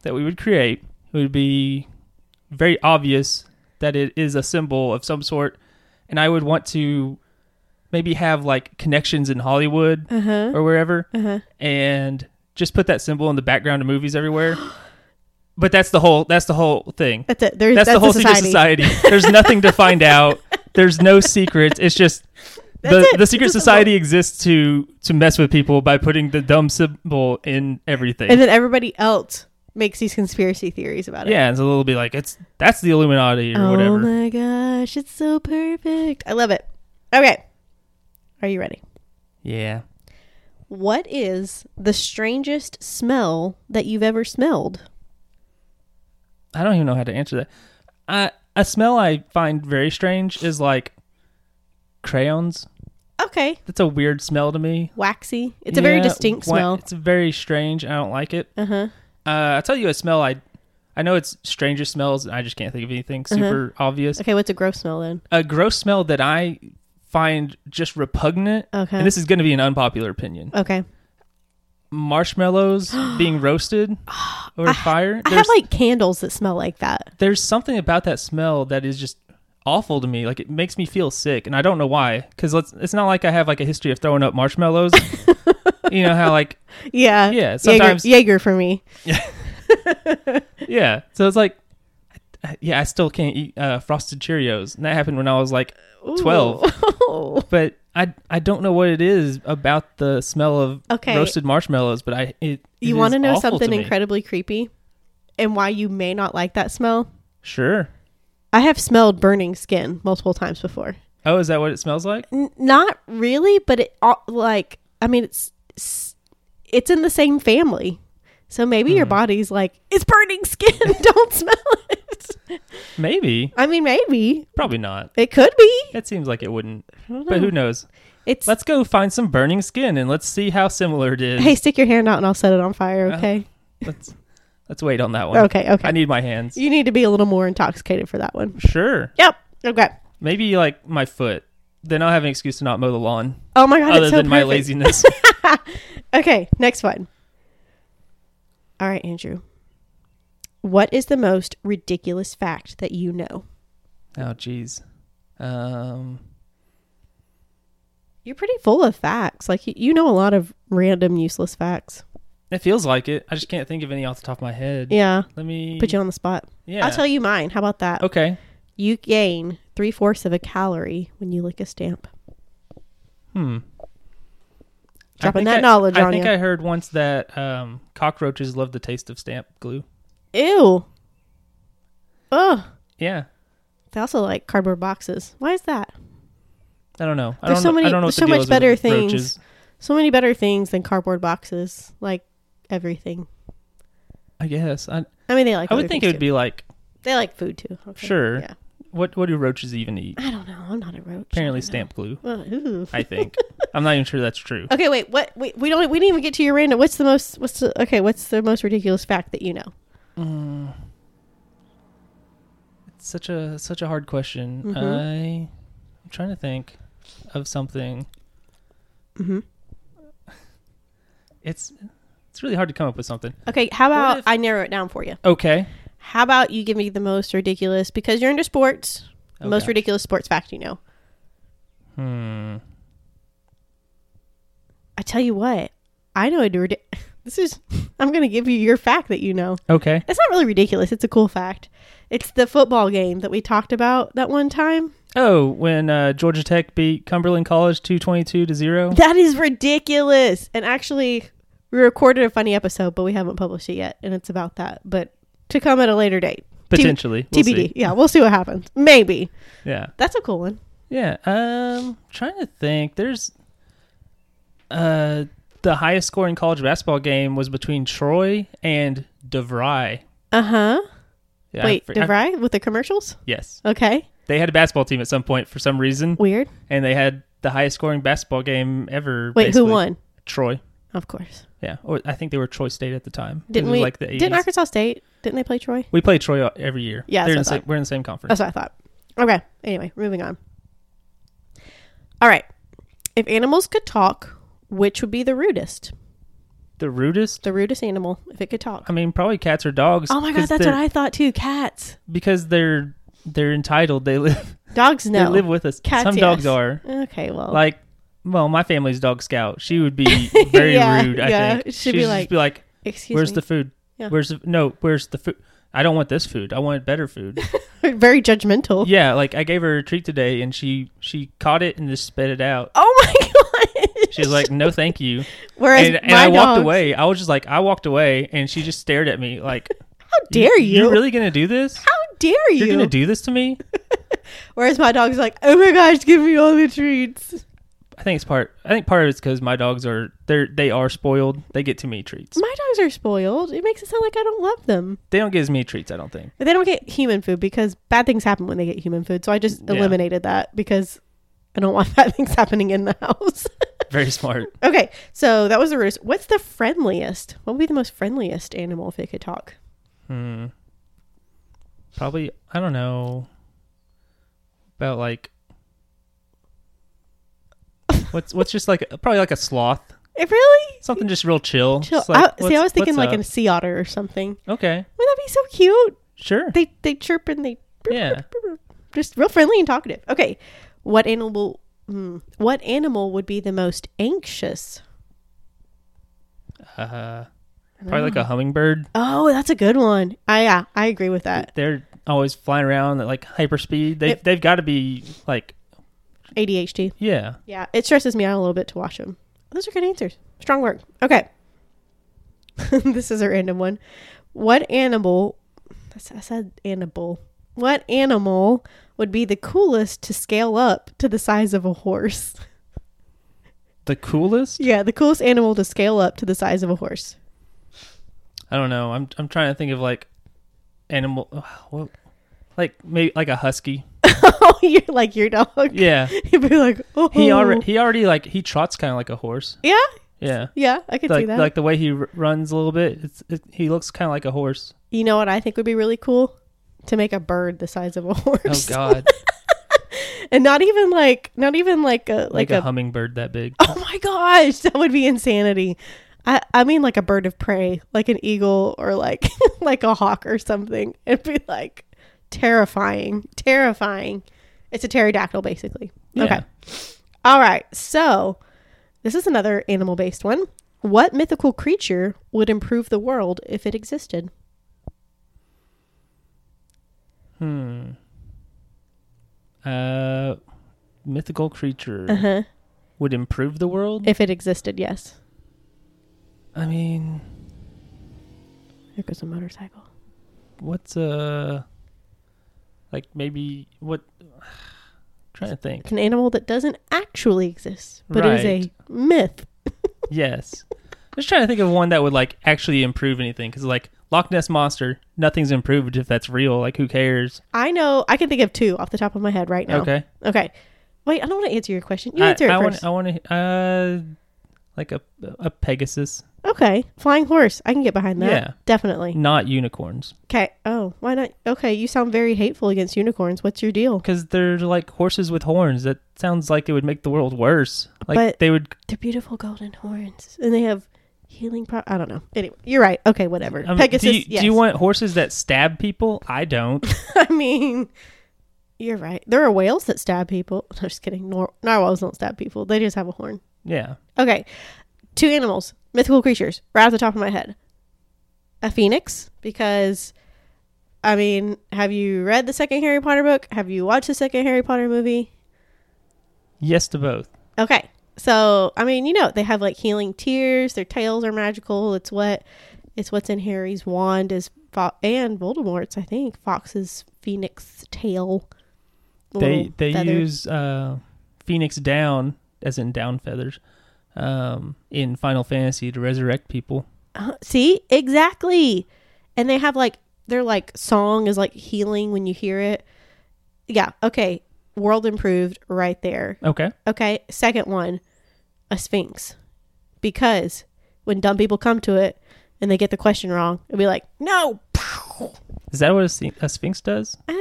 that we would create. It would be very obvious that it is a symbol of some sort, and I would want to maybe have like connections in Hollywood
Uh huh.
or wherever
Uh huh.
and just put that symbol in the background of movies everywhere. But that's the whole that's the whole thing.
That's it. There's,
That's,
that's,
the whole
society.
secret society. There's nothing to find out. There's no secrets. It's just the
That's it.
the secret
It's a symbol.
society exists to to mess with people by putting the dumb symbol in everything.
And then everybody else makes these conspiracy theories about it.
yeah, and so it'll be like it's that's the Illuminati or
oh
whatever.
my gosh, it's so perfect. I love it. Okay. Are you ready?
Yeah.
What is the strangest smell that you've ever smelled?
I don't even know how to answer that. I a smell I find very strange is like crayons.
Okay.
That's a weird smell to me.
Waxy. It's a very
Yeah,
distinct
wa-
smell.
It's very strange. I don't like it.
Uh huh.
Uh, I'll tell you a smell I I know it's strangest smells and I just can't think of anything
Uh-huh.
super obvious.
Okay, what's a gross smell then?
A gross smell that I find just repugnant.
Okay.
And this is going to be an unpopular opinion.
Okay.
Marshmallows being roasted over fire.
I have
there's,
like candles that smell like that.
there's something about that smell that is just awful to me. Like it makes me feel sick and I don't know why cuz it's not like I have like a history of throwing up marshmallows. you know how like
Yeah.
Yeah,
Jaeger-
sometimes-
Jaeger, for me.
Yeah. So it's like, I- yeah, I still can't eat uh, frosted Cheerios, and that happened when I was like twelve.
Ooh.
But I I don't know what it is about the smell of
Okay.
roasted marshmallows, but I it, it
you
is
want to know
awful
something
me.
incredibly creepy and why you may not like that smell?
Sure.
I have smelled burning skin multiple times before.
Oh, is that what it smells like?
N- not really, but it all like I mean it's s- it's in the same family. So maybe your body's like it's burning skin, don't smell it.
Maybe.
I mean maybe
Probably not.
it could be.
It seems like it wouldn't. But who knows?
It's
Let's go find some burning skin and let's see how similar it is.
Hey, stick your hand out and I'll set it on fire,
Uh,
okay?
Let's let's wait on that one.
Okay, okay.
I need my hands.
you need to be a little more intoxicated for that one.
Sure.
Yep. Okay.
Maybe like my foot. Then I'll have an excuse to not mow the lawn
Oh my god,
other
it's so
than my
perfect.
laziness.
Okay, next one. All right, Andrew. What is the most ridiculous fact that you know?
Oh, geez. Um,
You're pretty full of facts. Like you, you know a lot of random useless facts.
it feels like it. I just can't think of any off the top of my head.
Yeah.
Let me.
Put you on the spot.
yeah.
I'll tell you mine. How about that?
Okay.
You gain three fourths of a calorie when you lick a stamp.
Hmm. I
Dropping
think
that
I-
knowledge
I
on
think
ya.
I heard once that um, cockroaches love the taste of stamp glue.
Ew. Ugh.
Yeah.
They also like cardboard boxes. Why is that?
I don't know. I
There's
don't
so
know.
many-
I don't know what
there's
the
so
deal
much
is
better
with
things.
roaches.
So many better things than cardboard boxes. Like everything.
I guess. I,
I mean, they like.
I would
other
think it
things,
would
too.
be like
They like food too. Okay.
sure.
Yeah.
What What do roaches even eat?
I don't know. I'm not a roach.
Apparently, stamp glue.
Uh, ooh.
I think. I'm not even sure that's true.
Okay, wait. What? Wait, we don't. We didn't even get to your random. What's the most? What's the? Okay, what's the most ridiculous fact that you know?
It's such a such a hard question.
Mhm.
I I'm trying to think of something.
Mhm.
It's it's really hard to come up with something.
Okay, how about
if-
I narrow it down for you?
Okay.
How about you give me the most ridiculous because you're into sports. The
Oh,
most
gosh.
ridiculous sports fact you know.
Hmm.
I tell you what, I know a ridi- This is. I'm gonna give you your fact that you know.
Okay.
It's not really ridiculous. It's a cool fact. It's the football game that we talked about that one time.
Oh, when uh, Georgia Tech beat Cumberland College 222 to 0.
That is ridiculous. And actually, we recorded a funny episode, but we haven't published it yet, and it's about that. But to come at a later date,
Potentially. We'll
TBD.
see.
Yeah, we'll see what happens. Maybe
Yeah.
that's a cool one.
Yeah. Um trying to think. There's uh the highest scoring college basketball game was between Troy and DeVry.
Uh huh.
Yeah, I
Wait,
for- I-
DeVry with the commercials.
yes.
Okay,
They had a basketball team at some point for some reason,
weird.
and they had the highest scoring basketball game ever.
Wait,
basically.
who won?
Troy.
Of course.
Yeah, or I think they were Troy State at the time. It
Didn't
was
we?
Like the 80s.
didn't Arkansas State? Didn't they play Troy?
We play Troy every year.
Yeah,
They're in the
that's what I
same, we're in the same conference.
That's what I thought. Okay. Anyway, moving on. All right. If animals could talk, which would be the rudest?
The rudest.
The rudest animal, if it could talk.
I mean, probably cats or dogs.
Oh my god,
'cause
that's
they're-
what I thought too. Cats.
because they're they're entitled. They live
Dogs no.
they live with us.
Cats,
Some dogs
yes.
are
okay, well.
like. Well, my family's dog scout. She would be very
Oh. Yeah,
rude. I
yeah.
think
She'd be
just
like,
be like,
excuse
"Where's
me.
the food?
Yeah.
Where's the no? Where's the food? I don't want this food. I want better food."
Very judgmental.
yeah, like I gave her a treat today, and she she caught it and just spit it out.
Oh my god.
She was like, "No, thank you,"
Whereas
and, and
my
I walked
dogs-
away. I was just like, I walked away, and she just stared at me like,
How dare you?
You really gonna do this?
How dare you?
You're gonna do this to me?"
Whereas my dog's like, oh my gosh, give me all the treats.
I think it's part. I think part of it's because my dogs are they're they are spoiled. They get too many treats.
My dogs are spoiled. It makes it sound like I don't love them.
They don't get as many treats. I don't think.
But they don't get human food because bad things happen when they get human food. So I just
Yeah.
eliminated that because I don't want bad things happening in the house.
Very smart.
okay, so that was the rudest. What's the friendliest? What would be the most friendliest animal if it could talk?
Hmm. Probably I don't know. About like. What's what's just like probably like a sloth
It really?
something just real chill.
Chill.
It's like,
I, see, I
what's-
was thinking
what's
like a
up?
sea otter or something.
okay,
Wouldn't that be so cute?
sure.
They they chirp and they
Yeah.
just real friendly and talkative. Okay, what animal? Hmm, what animal would be the most anxious?
Uh, probably like a hummingbird.
Oh, that's a good one. I yeah, I agree with that.
They're always flying around at like hyper speed. They
Uh, Yep.
they've got to be like
ADHD.
yeah.
Yeah, it stresses me out a little bit to watch them. Those are good answers. Strong work. Okay. this is a random one. What animal? that's- I said animal. What animal would be the coolest to scale up to the size of a horse?
The coolest.
Yeah, the coolest animal to scale up to the size of a horse.
I don't know. I'm I'm trying to think of like animal. uh, What, like maybe like a husky.
oh, you're like your dog.
Yeah.
He'd be like, oh,
He already he already like he trots kind of like a horse.
yeah,
Yeah.
yeah, I could see
Like
that.
like the way he r- runs a little bit. It's it, he looks kind of like a horse.
you know what I think would be really cool to make a bird the size of a
Oh
horse,
God.
and not even like, not even like a
like
like,
a
a.
hummingbird that big.
oh my gosh, that would be insanity. I, I mean like a bird of prey, like an eagle or like like a hawk or something. It'd be like terrifying, terrifying. It's a pterodactyl basically. Okay.
Yeah.
All right. So, this is another animal based one. What mythical creature would improve the world if it existed?
Hmm. Uh, mythical creature
Uh-huh.
would improve the world.
If it existed, yes.
I mean,
Here goes a motorcycle.
what's uh, like maybe what? trying to think.
It's an animal that doesn't actually exist, but it is
Right.
a myth.
Yes, just trying to think of one that would like actually improve anything. Because like Loch Ness monster, nothing's improved if that's real. Like who cares?
I know. I can think of two off the top of my head right now.
Okay.
Okay. Wait, I don't want to answer your question. You
I,
answer it
I
first.
want. I want to. Uh, like a a Pegasus,
okay. Flying horse. I can get behind that.
Yeah. Mm.
Definitely.
not unicorns,
Okay. Oh, why not? Okay. You sound very hateful against unicorns. What's your deal?
because they're like horses with horns. That sounds like it would make the world worse. Like
But-
they would
They're beautiful golden horns, and they have healing. Pro- I don't know. Anyway, you're right. Okay, whatever.
I mean,
Pegasus.
Do you,
yes.
do you want horses that stab people? I don't.
I mean, you're right. There are whales that stab people. I'm just kidding. Nor- narwhals don't stab people. They just have a horn.
yeah.
Okay, two animals, mythical creatures, right off the top of my head. A phoenix, because, I mean, have you read the second Harry Potter book? Have you watched the second Harry Potter movie?
Yes to both.
Okay. So, I mean, you know, they have like healing tears, their tails are magical. It's what it's what's in Harry's wand is Fo- and Voldemort's, I think, Fox's phoenix tail.
They
little
they
feather.
use uh, Phoenix down as in down feathers um, in Final Fantasy to resurrect people.
Uh, see? Exactly. And they have like their like song is like healing when you hear it. Yeah, okay. World improved right there.
Okay.
Okay, second one, a sphinx. Because when dumb people come to it and they get the question wrong, it'll be like, no,
Is that what a, sphin- a sphinx does?
Uh,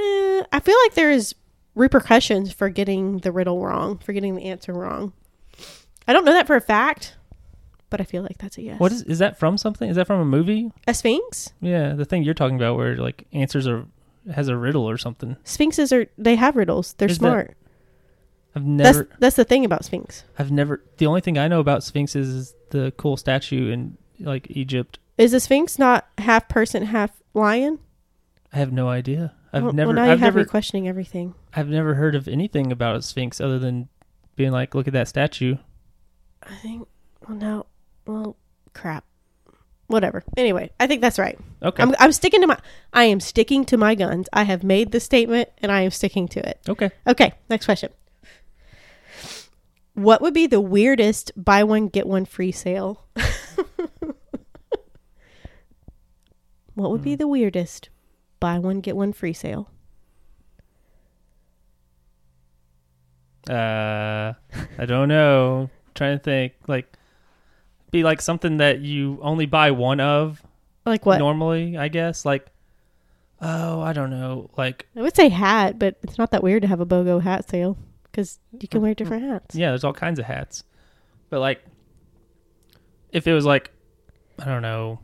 I feel like there's repercussions for getting the riddle wrong, for getting the answer wrong. I don't know that for a fact, but I feel like that's a yes.
What is is that from something? Is that from a movie?
a sphinx?
Yeah, the thing you're talking about where like answers are has a riddle or something.
Sphinxes are they have riddles. They're
Is that
smart.
I've never
That's that's the thing about sphinx.
I've never the only thing I know about sphinxes is the cool statue in like Egypt.
Is the sphinx not half person, half lion?
I have no idea. I've
well,
never
Well, now you
I've
have
never
me questioning everything.
I've never heard of anything about a sphinx other than being like look at that statue.
I think. Well, no. Well, crap. Whatever. Anyway, I think that's right.
Okay.
I'm, I'm sticking to my. I am sticking to my guns. I have made the statement, and I am sticking to it.
okay.
Okay, next question. What would be the weirdest buy one get one free sale? what would be the weirdest buy one get one free sale?
Uh, I don't know. trying to think, like, be like something that you only buy one of
Like what?
normally, I guess. Like, oh, I don't know. Like,
I would say hat, but it's not that weird to have a BOGO hat sale because you can wear different hats.
yeah, there's all kinds of hats, but like, if it was like, I don't know,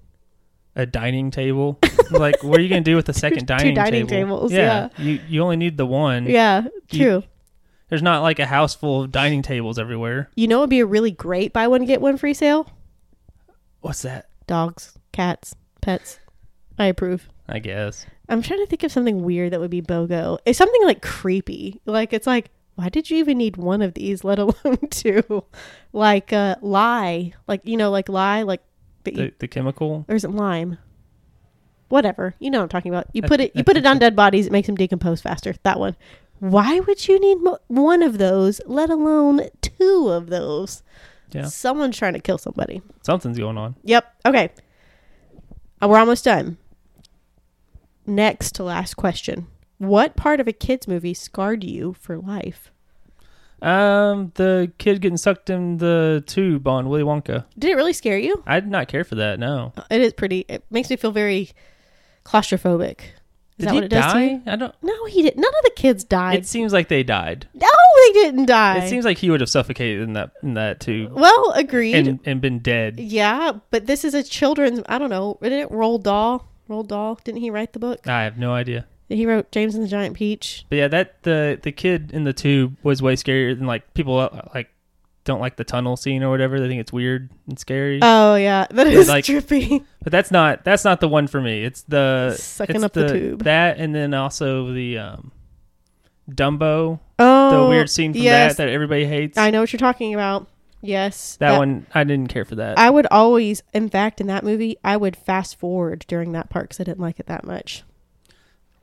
a dining table, like, what are you gonna do with the second
two
dining
dining
table?
tables,
you you only need the one.
Yeah,
You-
true.
There's not like a house full of dining tables everywhere.
You know, it'd be a really great buy one get one free sale.
What's that?
Dogs, cats, pets. I approve.
I guess.
I'm trying to think of something weird that would be BOGO. It's something like creepy. Like it's like, why did you even need one of these, let alone two? Like uh lie. Like you know, like lie, like the,
The the chemical.
or is it lime? Whatever. You know what I'm talking about. You
I
put
thi-
it you
I
put
think
it on dead bodies, it makes them decompose faster. That one. Why would you need mo- one of those, let alone two of those?
Yeah.
Someone's trying to kill somebody.
Something's going on.
Yep. Okay. Uh, We're almost done. Next to last question. What part of a kids movie scarred you for life?
Um, the kid getting sucked in the tube on Willy Wonka.
Did it really scare you?
I did not care for that. No.
It is pretty. It makes me feel very claustrophobic. Is
Did
that
he
what it does
die?
to you?
I don't.
No, he didn't. None of the kids died.
It seems like they died.
no, they didn't die.
It seems like he would have suffocated in that in that tube
well, agreed.
and and been dead.
yeah, but this is a children's. I don't know. Didn't it Roald Dahl? Roald Dahl. Didn't he write the book?
I have no idea.
He wrote James and the Giant Peach.
But yeah, that the the kid in the tube was way scarier than like people uh, like don't like the tunnel scene or whatever. They think it's weird and scary.
Oh yeah, that is
like-
trippy.
but that's not that's not the one for me. It's the
Sucking
it's
up the tube.
That and then also the um Dumbo, the
Oh,
weird scene from
yes.
that that everybody hates.
I know what you're talking about. Yes,
that, one I didn't care for that.
I would always, in fact, in that movie, I would fast forward during that part because I didn't like it that much.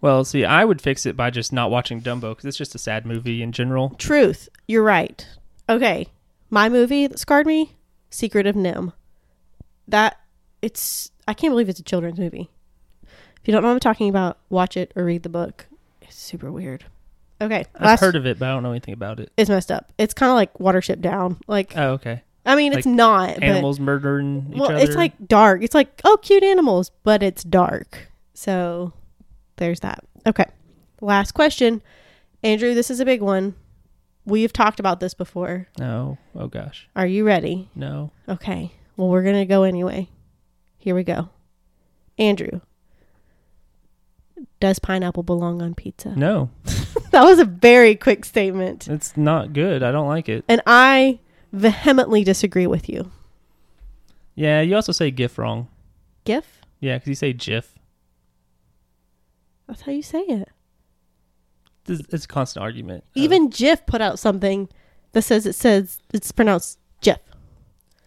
well, see, I would fix it by just not watching Dumbo because it's just a sad movie in general.
Truth, you're right. Okay, my movie that scarred me, Secret of Nim. That it's I can't believe it's a children's movie. If you don't know what I'm talking about, watch it or read the book. It's super weird. Okay,
I've
last
heard of it, but I don't know anything about it.
it's messed up. It's kind of like Watership Down. Like
Oh, okay.
I mean, it's
like
not but-
Animals murdering each
well,
other.
it's like dark. It's like oh, cute animals, but it's dark. So there's that. Okay. Last question, Andrew. This is a big one. We've talked about this before.
no. Oh gosh,
Are you ready?
no.
Okay. Well, we're gonna go anyway. Here we go. Andrew, does pineapple belong on pizza?
No,
That was a very quick statement,
it's not good. I don't like it.
and I vehemently disagree with you.
Yeah, you also say GIF wrong.
GIF?
Yeah, because you say GIF.
That's how you say it.
This- It's a constant argument. Oh.
Even Jif put out something that says it says it's pronounced Jif.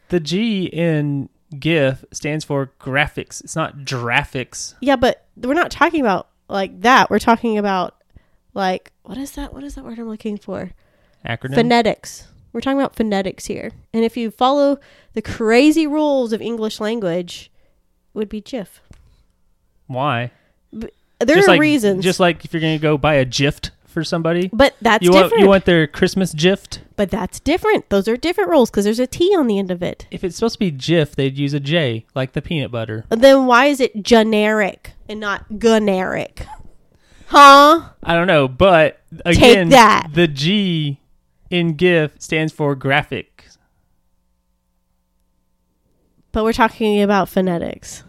The G in GIF stands for graphics. It's not graphics.
Yeah, but we're not talking about like that. We're talking about like what is that? What is that word I'm looking for?
Acronym.
Phonetics. We're talking about phonetics here. And if you follow the crazy rules of English language, it would be Jif.
Why?
There
just
are
like,
reasons.
Just like if you're gonna go buy a gift for somebody,
but that's
you want
different.
you want their Christmas gift.
but that's different. Those are different rules because there's a T on the end of it.
If it's supposed to be GIF, they'd use a J, like the peanut butter.
Then why is it generic? and not generic. Huh?
I don't know, but again,
that.
the G in GIF stands for graphic.
But we're talking about phonetics.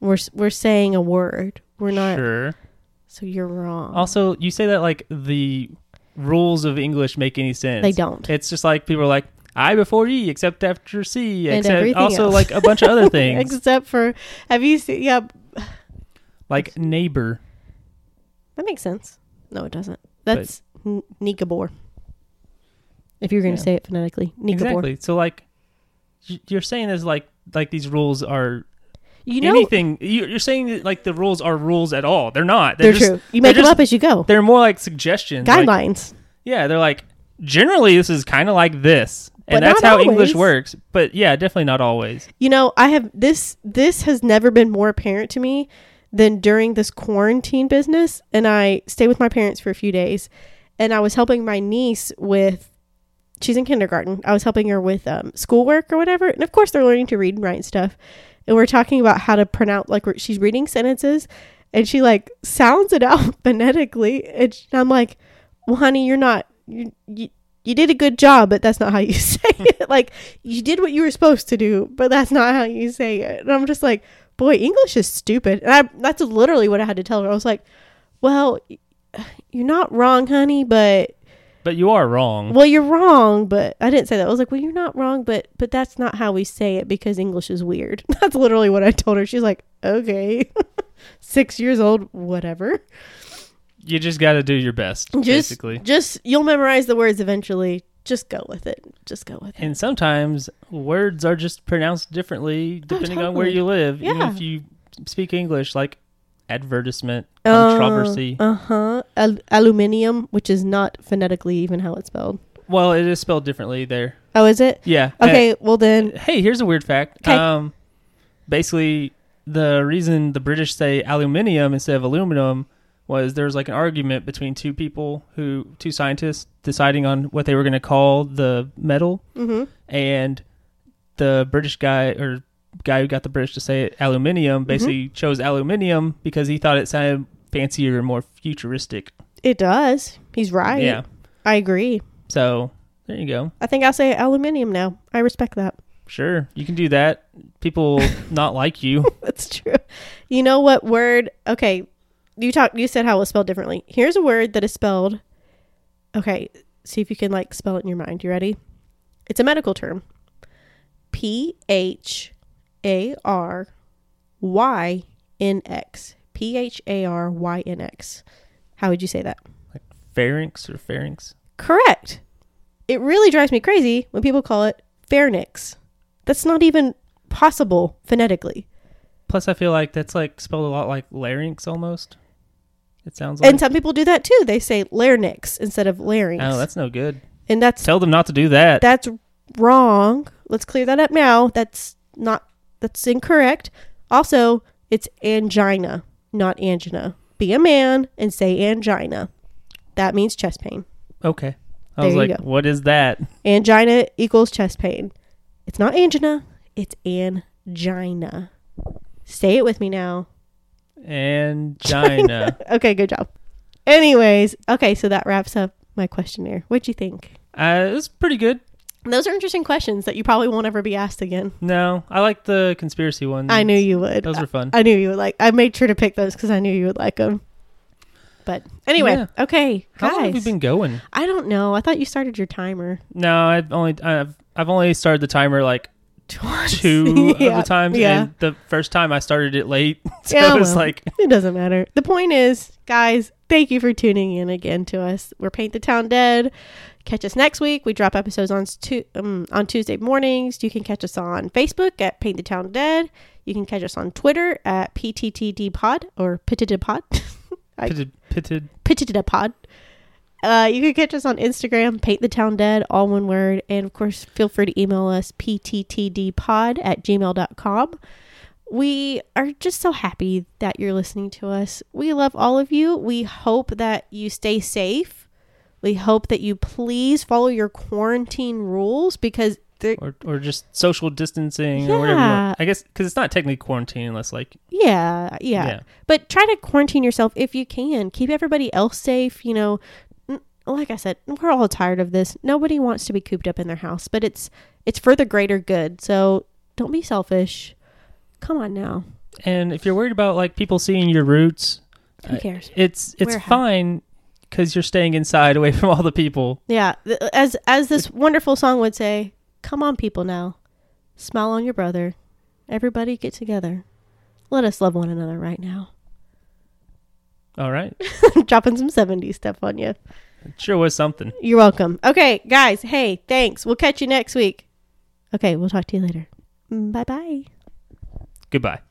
We're s- we're saying a word. We're not.
Sure.
So you're wrong.
Also, you say that like the rules of English make any sense.
They don't.
It's just like people are like I before E, except after C,
And
except
everything
also
else.
like a bunch of other things,
Except for have you seen? Yeah,
like neighbor.
that makes sense. No, it doesn't. That's N- Nikabor. If you're going to
Yeah.
say it phonetically, Nikabor.
Exactly. So like, y- you're saying is like like these rules are
You know,
anything. you- You're saying that like the rules are rules at all. They're not.
they're
They're, just,
true. You make
they're
them
just-
up as you go.
They're more like suggestions. like-
Guidelines.
yeah, they're like generally this is kind of like this,
But
and that's
not
how
always.
English works. But yeah, definitely not always.
You know, I have this this has never been more apparent to me than during this quarantine business and I stayed with my parents for a few days and I was helping my niece with she's in kindergarten. I was helping her with um, schoolwork or whatever. And of course they're learning to read and write and stuff. And we're talking about how to pronounce like we're- she's reading sentences and she like sounds it out phonetically and sh- I'm like, "Well, honey, you're not you, you you did a good job, but that's not how you say it. Like you did what you were supposed to do, but that's not how you say it. And I'm just like, boy, English is stupid. And I, that's literally what I had to tell her. I was like, well, y- you're not wrong, honey, but
But you are wrong.
well, you're wrong, but I didn't say that. I was like, well, you're not wrong, but but that's not how we say it because English is weird. That's literally what I told her. She's like, okay, six years old, whatever.
You just got to do your best,
Just
basically.
just you'll memorize the words eventually. Just go with it. Just go with it.
And sometimes words are just pronounced differently depending on where
Oh, totally.
you live.
Yeah.
Even if you speak English, like advertisement, controversy.
Uh huh. Al- aluminium, which is not phonetically even how it's spelled.
well, it is spelled differently there.
Oh, is it?
Yeah.
Okay. Well, then.
Uh, hey, here's a weird fact.
'Kay.
Um, basically, the reason the British say aluminium instead of aluminum was there was like an argument between two people who two scientists deciding on what they were going to call the metal
hmm
and the British guy or guy who got the British to say it, aluminium, basically chose aluminium because he thought it sounded fancier and more futuristic.
It does. He's right.
Yeah.
I agree.
So there you go.
I think I'll say aluminium now. I respect that.
Sure, you can do that. People will not like you.
That's true. You know what word? Okay, you talked. You said how it was spelled differently. Here's a word that is spelled. Okay, see if you can like spell it in your mind. You ready? It's a medical term. P H A R Y N X. P H A R Y N X. How would you say that?
Like pharynx or pharynx.
Correct. It really drives me crazy when people call it pharynx. That's not even possible phonetically.
Plus, I feel like that's like spelled a lot like larynx almost. It sounds like.
And some people do that too. They say larynx instead of larynx.
oh, that's no good.
and that's
Tell them not to do that.
that's wrong. Let's clear that up now. That's not that's incorrect. Also, it's angina, not angina. Be a man and say angina. That means chest pain.
okay. I
There
was
you
like,
go.
what is that?
Angina equals chest pain. It's not angina, it's angina. Say it with me now.
Angina.
Okay, good job. Anyways, okay, so that wraps up my questionnaire. What'd you think?
uh, it's pretty good.
Those are interesting questions that you probably won't ever be asked again.
No, I like the conspiracy ones.
I knew you would.
Hmm.
Uh,
those were fun.
I knew you would like. I made sure to pick those because I knew you would like them. But anyway,
Yeah.
okay,
How long have we
guys.
been going?
I don't know. I thought you started your timer.
No, I've only I've I've only started the timer like two of
Yeah,
the times,
yeah.
and the first time I started it late, so
Yeah,
it was
well.
like
It doesn't matter. The point is, guys, thank you for tuning in again to us. We're Paint the Town Dead. Catch us next week. We drop episodes on tu- um, on Tuesday mornings. You can catch us on Facebook at Paint the Town Dead. You can catch us on Twitter at PTTD Pod or PTTD Pod. I-
pitted, pitted.
pitched it a pod. Uh, you can catch us on Instagram, Paint the Town Dead, all one word. And of course, feel free to email us, pttdpod at gmail.com. We are just so happy that you're listening to us. We love all of you. We hope that you stay safe. We hope that you please follow your quarantine rules because
There-
or or just social distancing or whatever. You
Yeah.
want. I guess because it's not technically quarantine unless like
Yeah, yeah,
yeah.
But try to quarantine yourself if you can. Keep everybody else safe. You know, N- like I said, we're all tired of this. Nobody wants to be cooped up in their house, but it's it's for the greater good. So don't be selfish. Come on now.
And if you're worried about like people seeing your roots,
Who
I-
cares?
it's it's
Wear a hat.
fine because you're staying inside away from all the people.
Yeah. th- As as this wonderful song would say, "Come on, people now, smile on your brother. Everybody get together. Let us love one another right now."
All right,
Dropping some '70s stuff on you.
it sure was something.
You're welcome. Okay, guys. Hey, thanks. We'll catch you next week. Okay, we'll talk to you later. Bye bye.
Goodbye.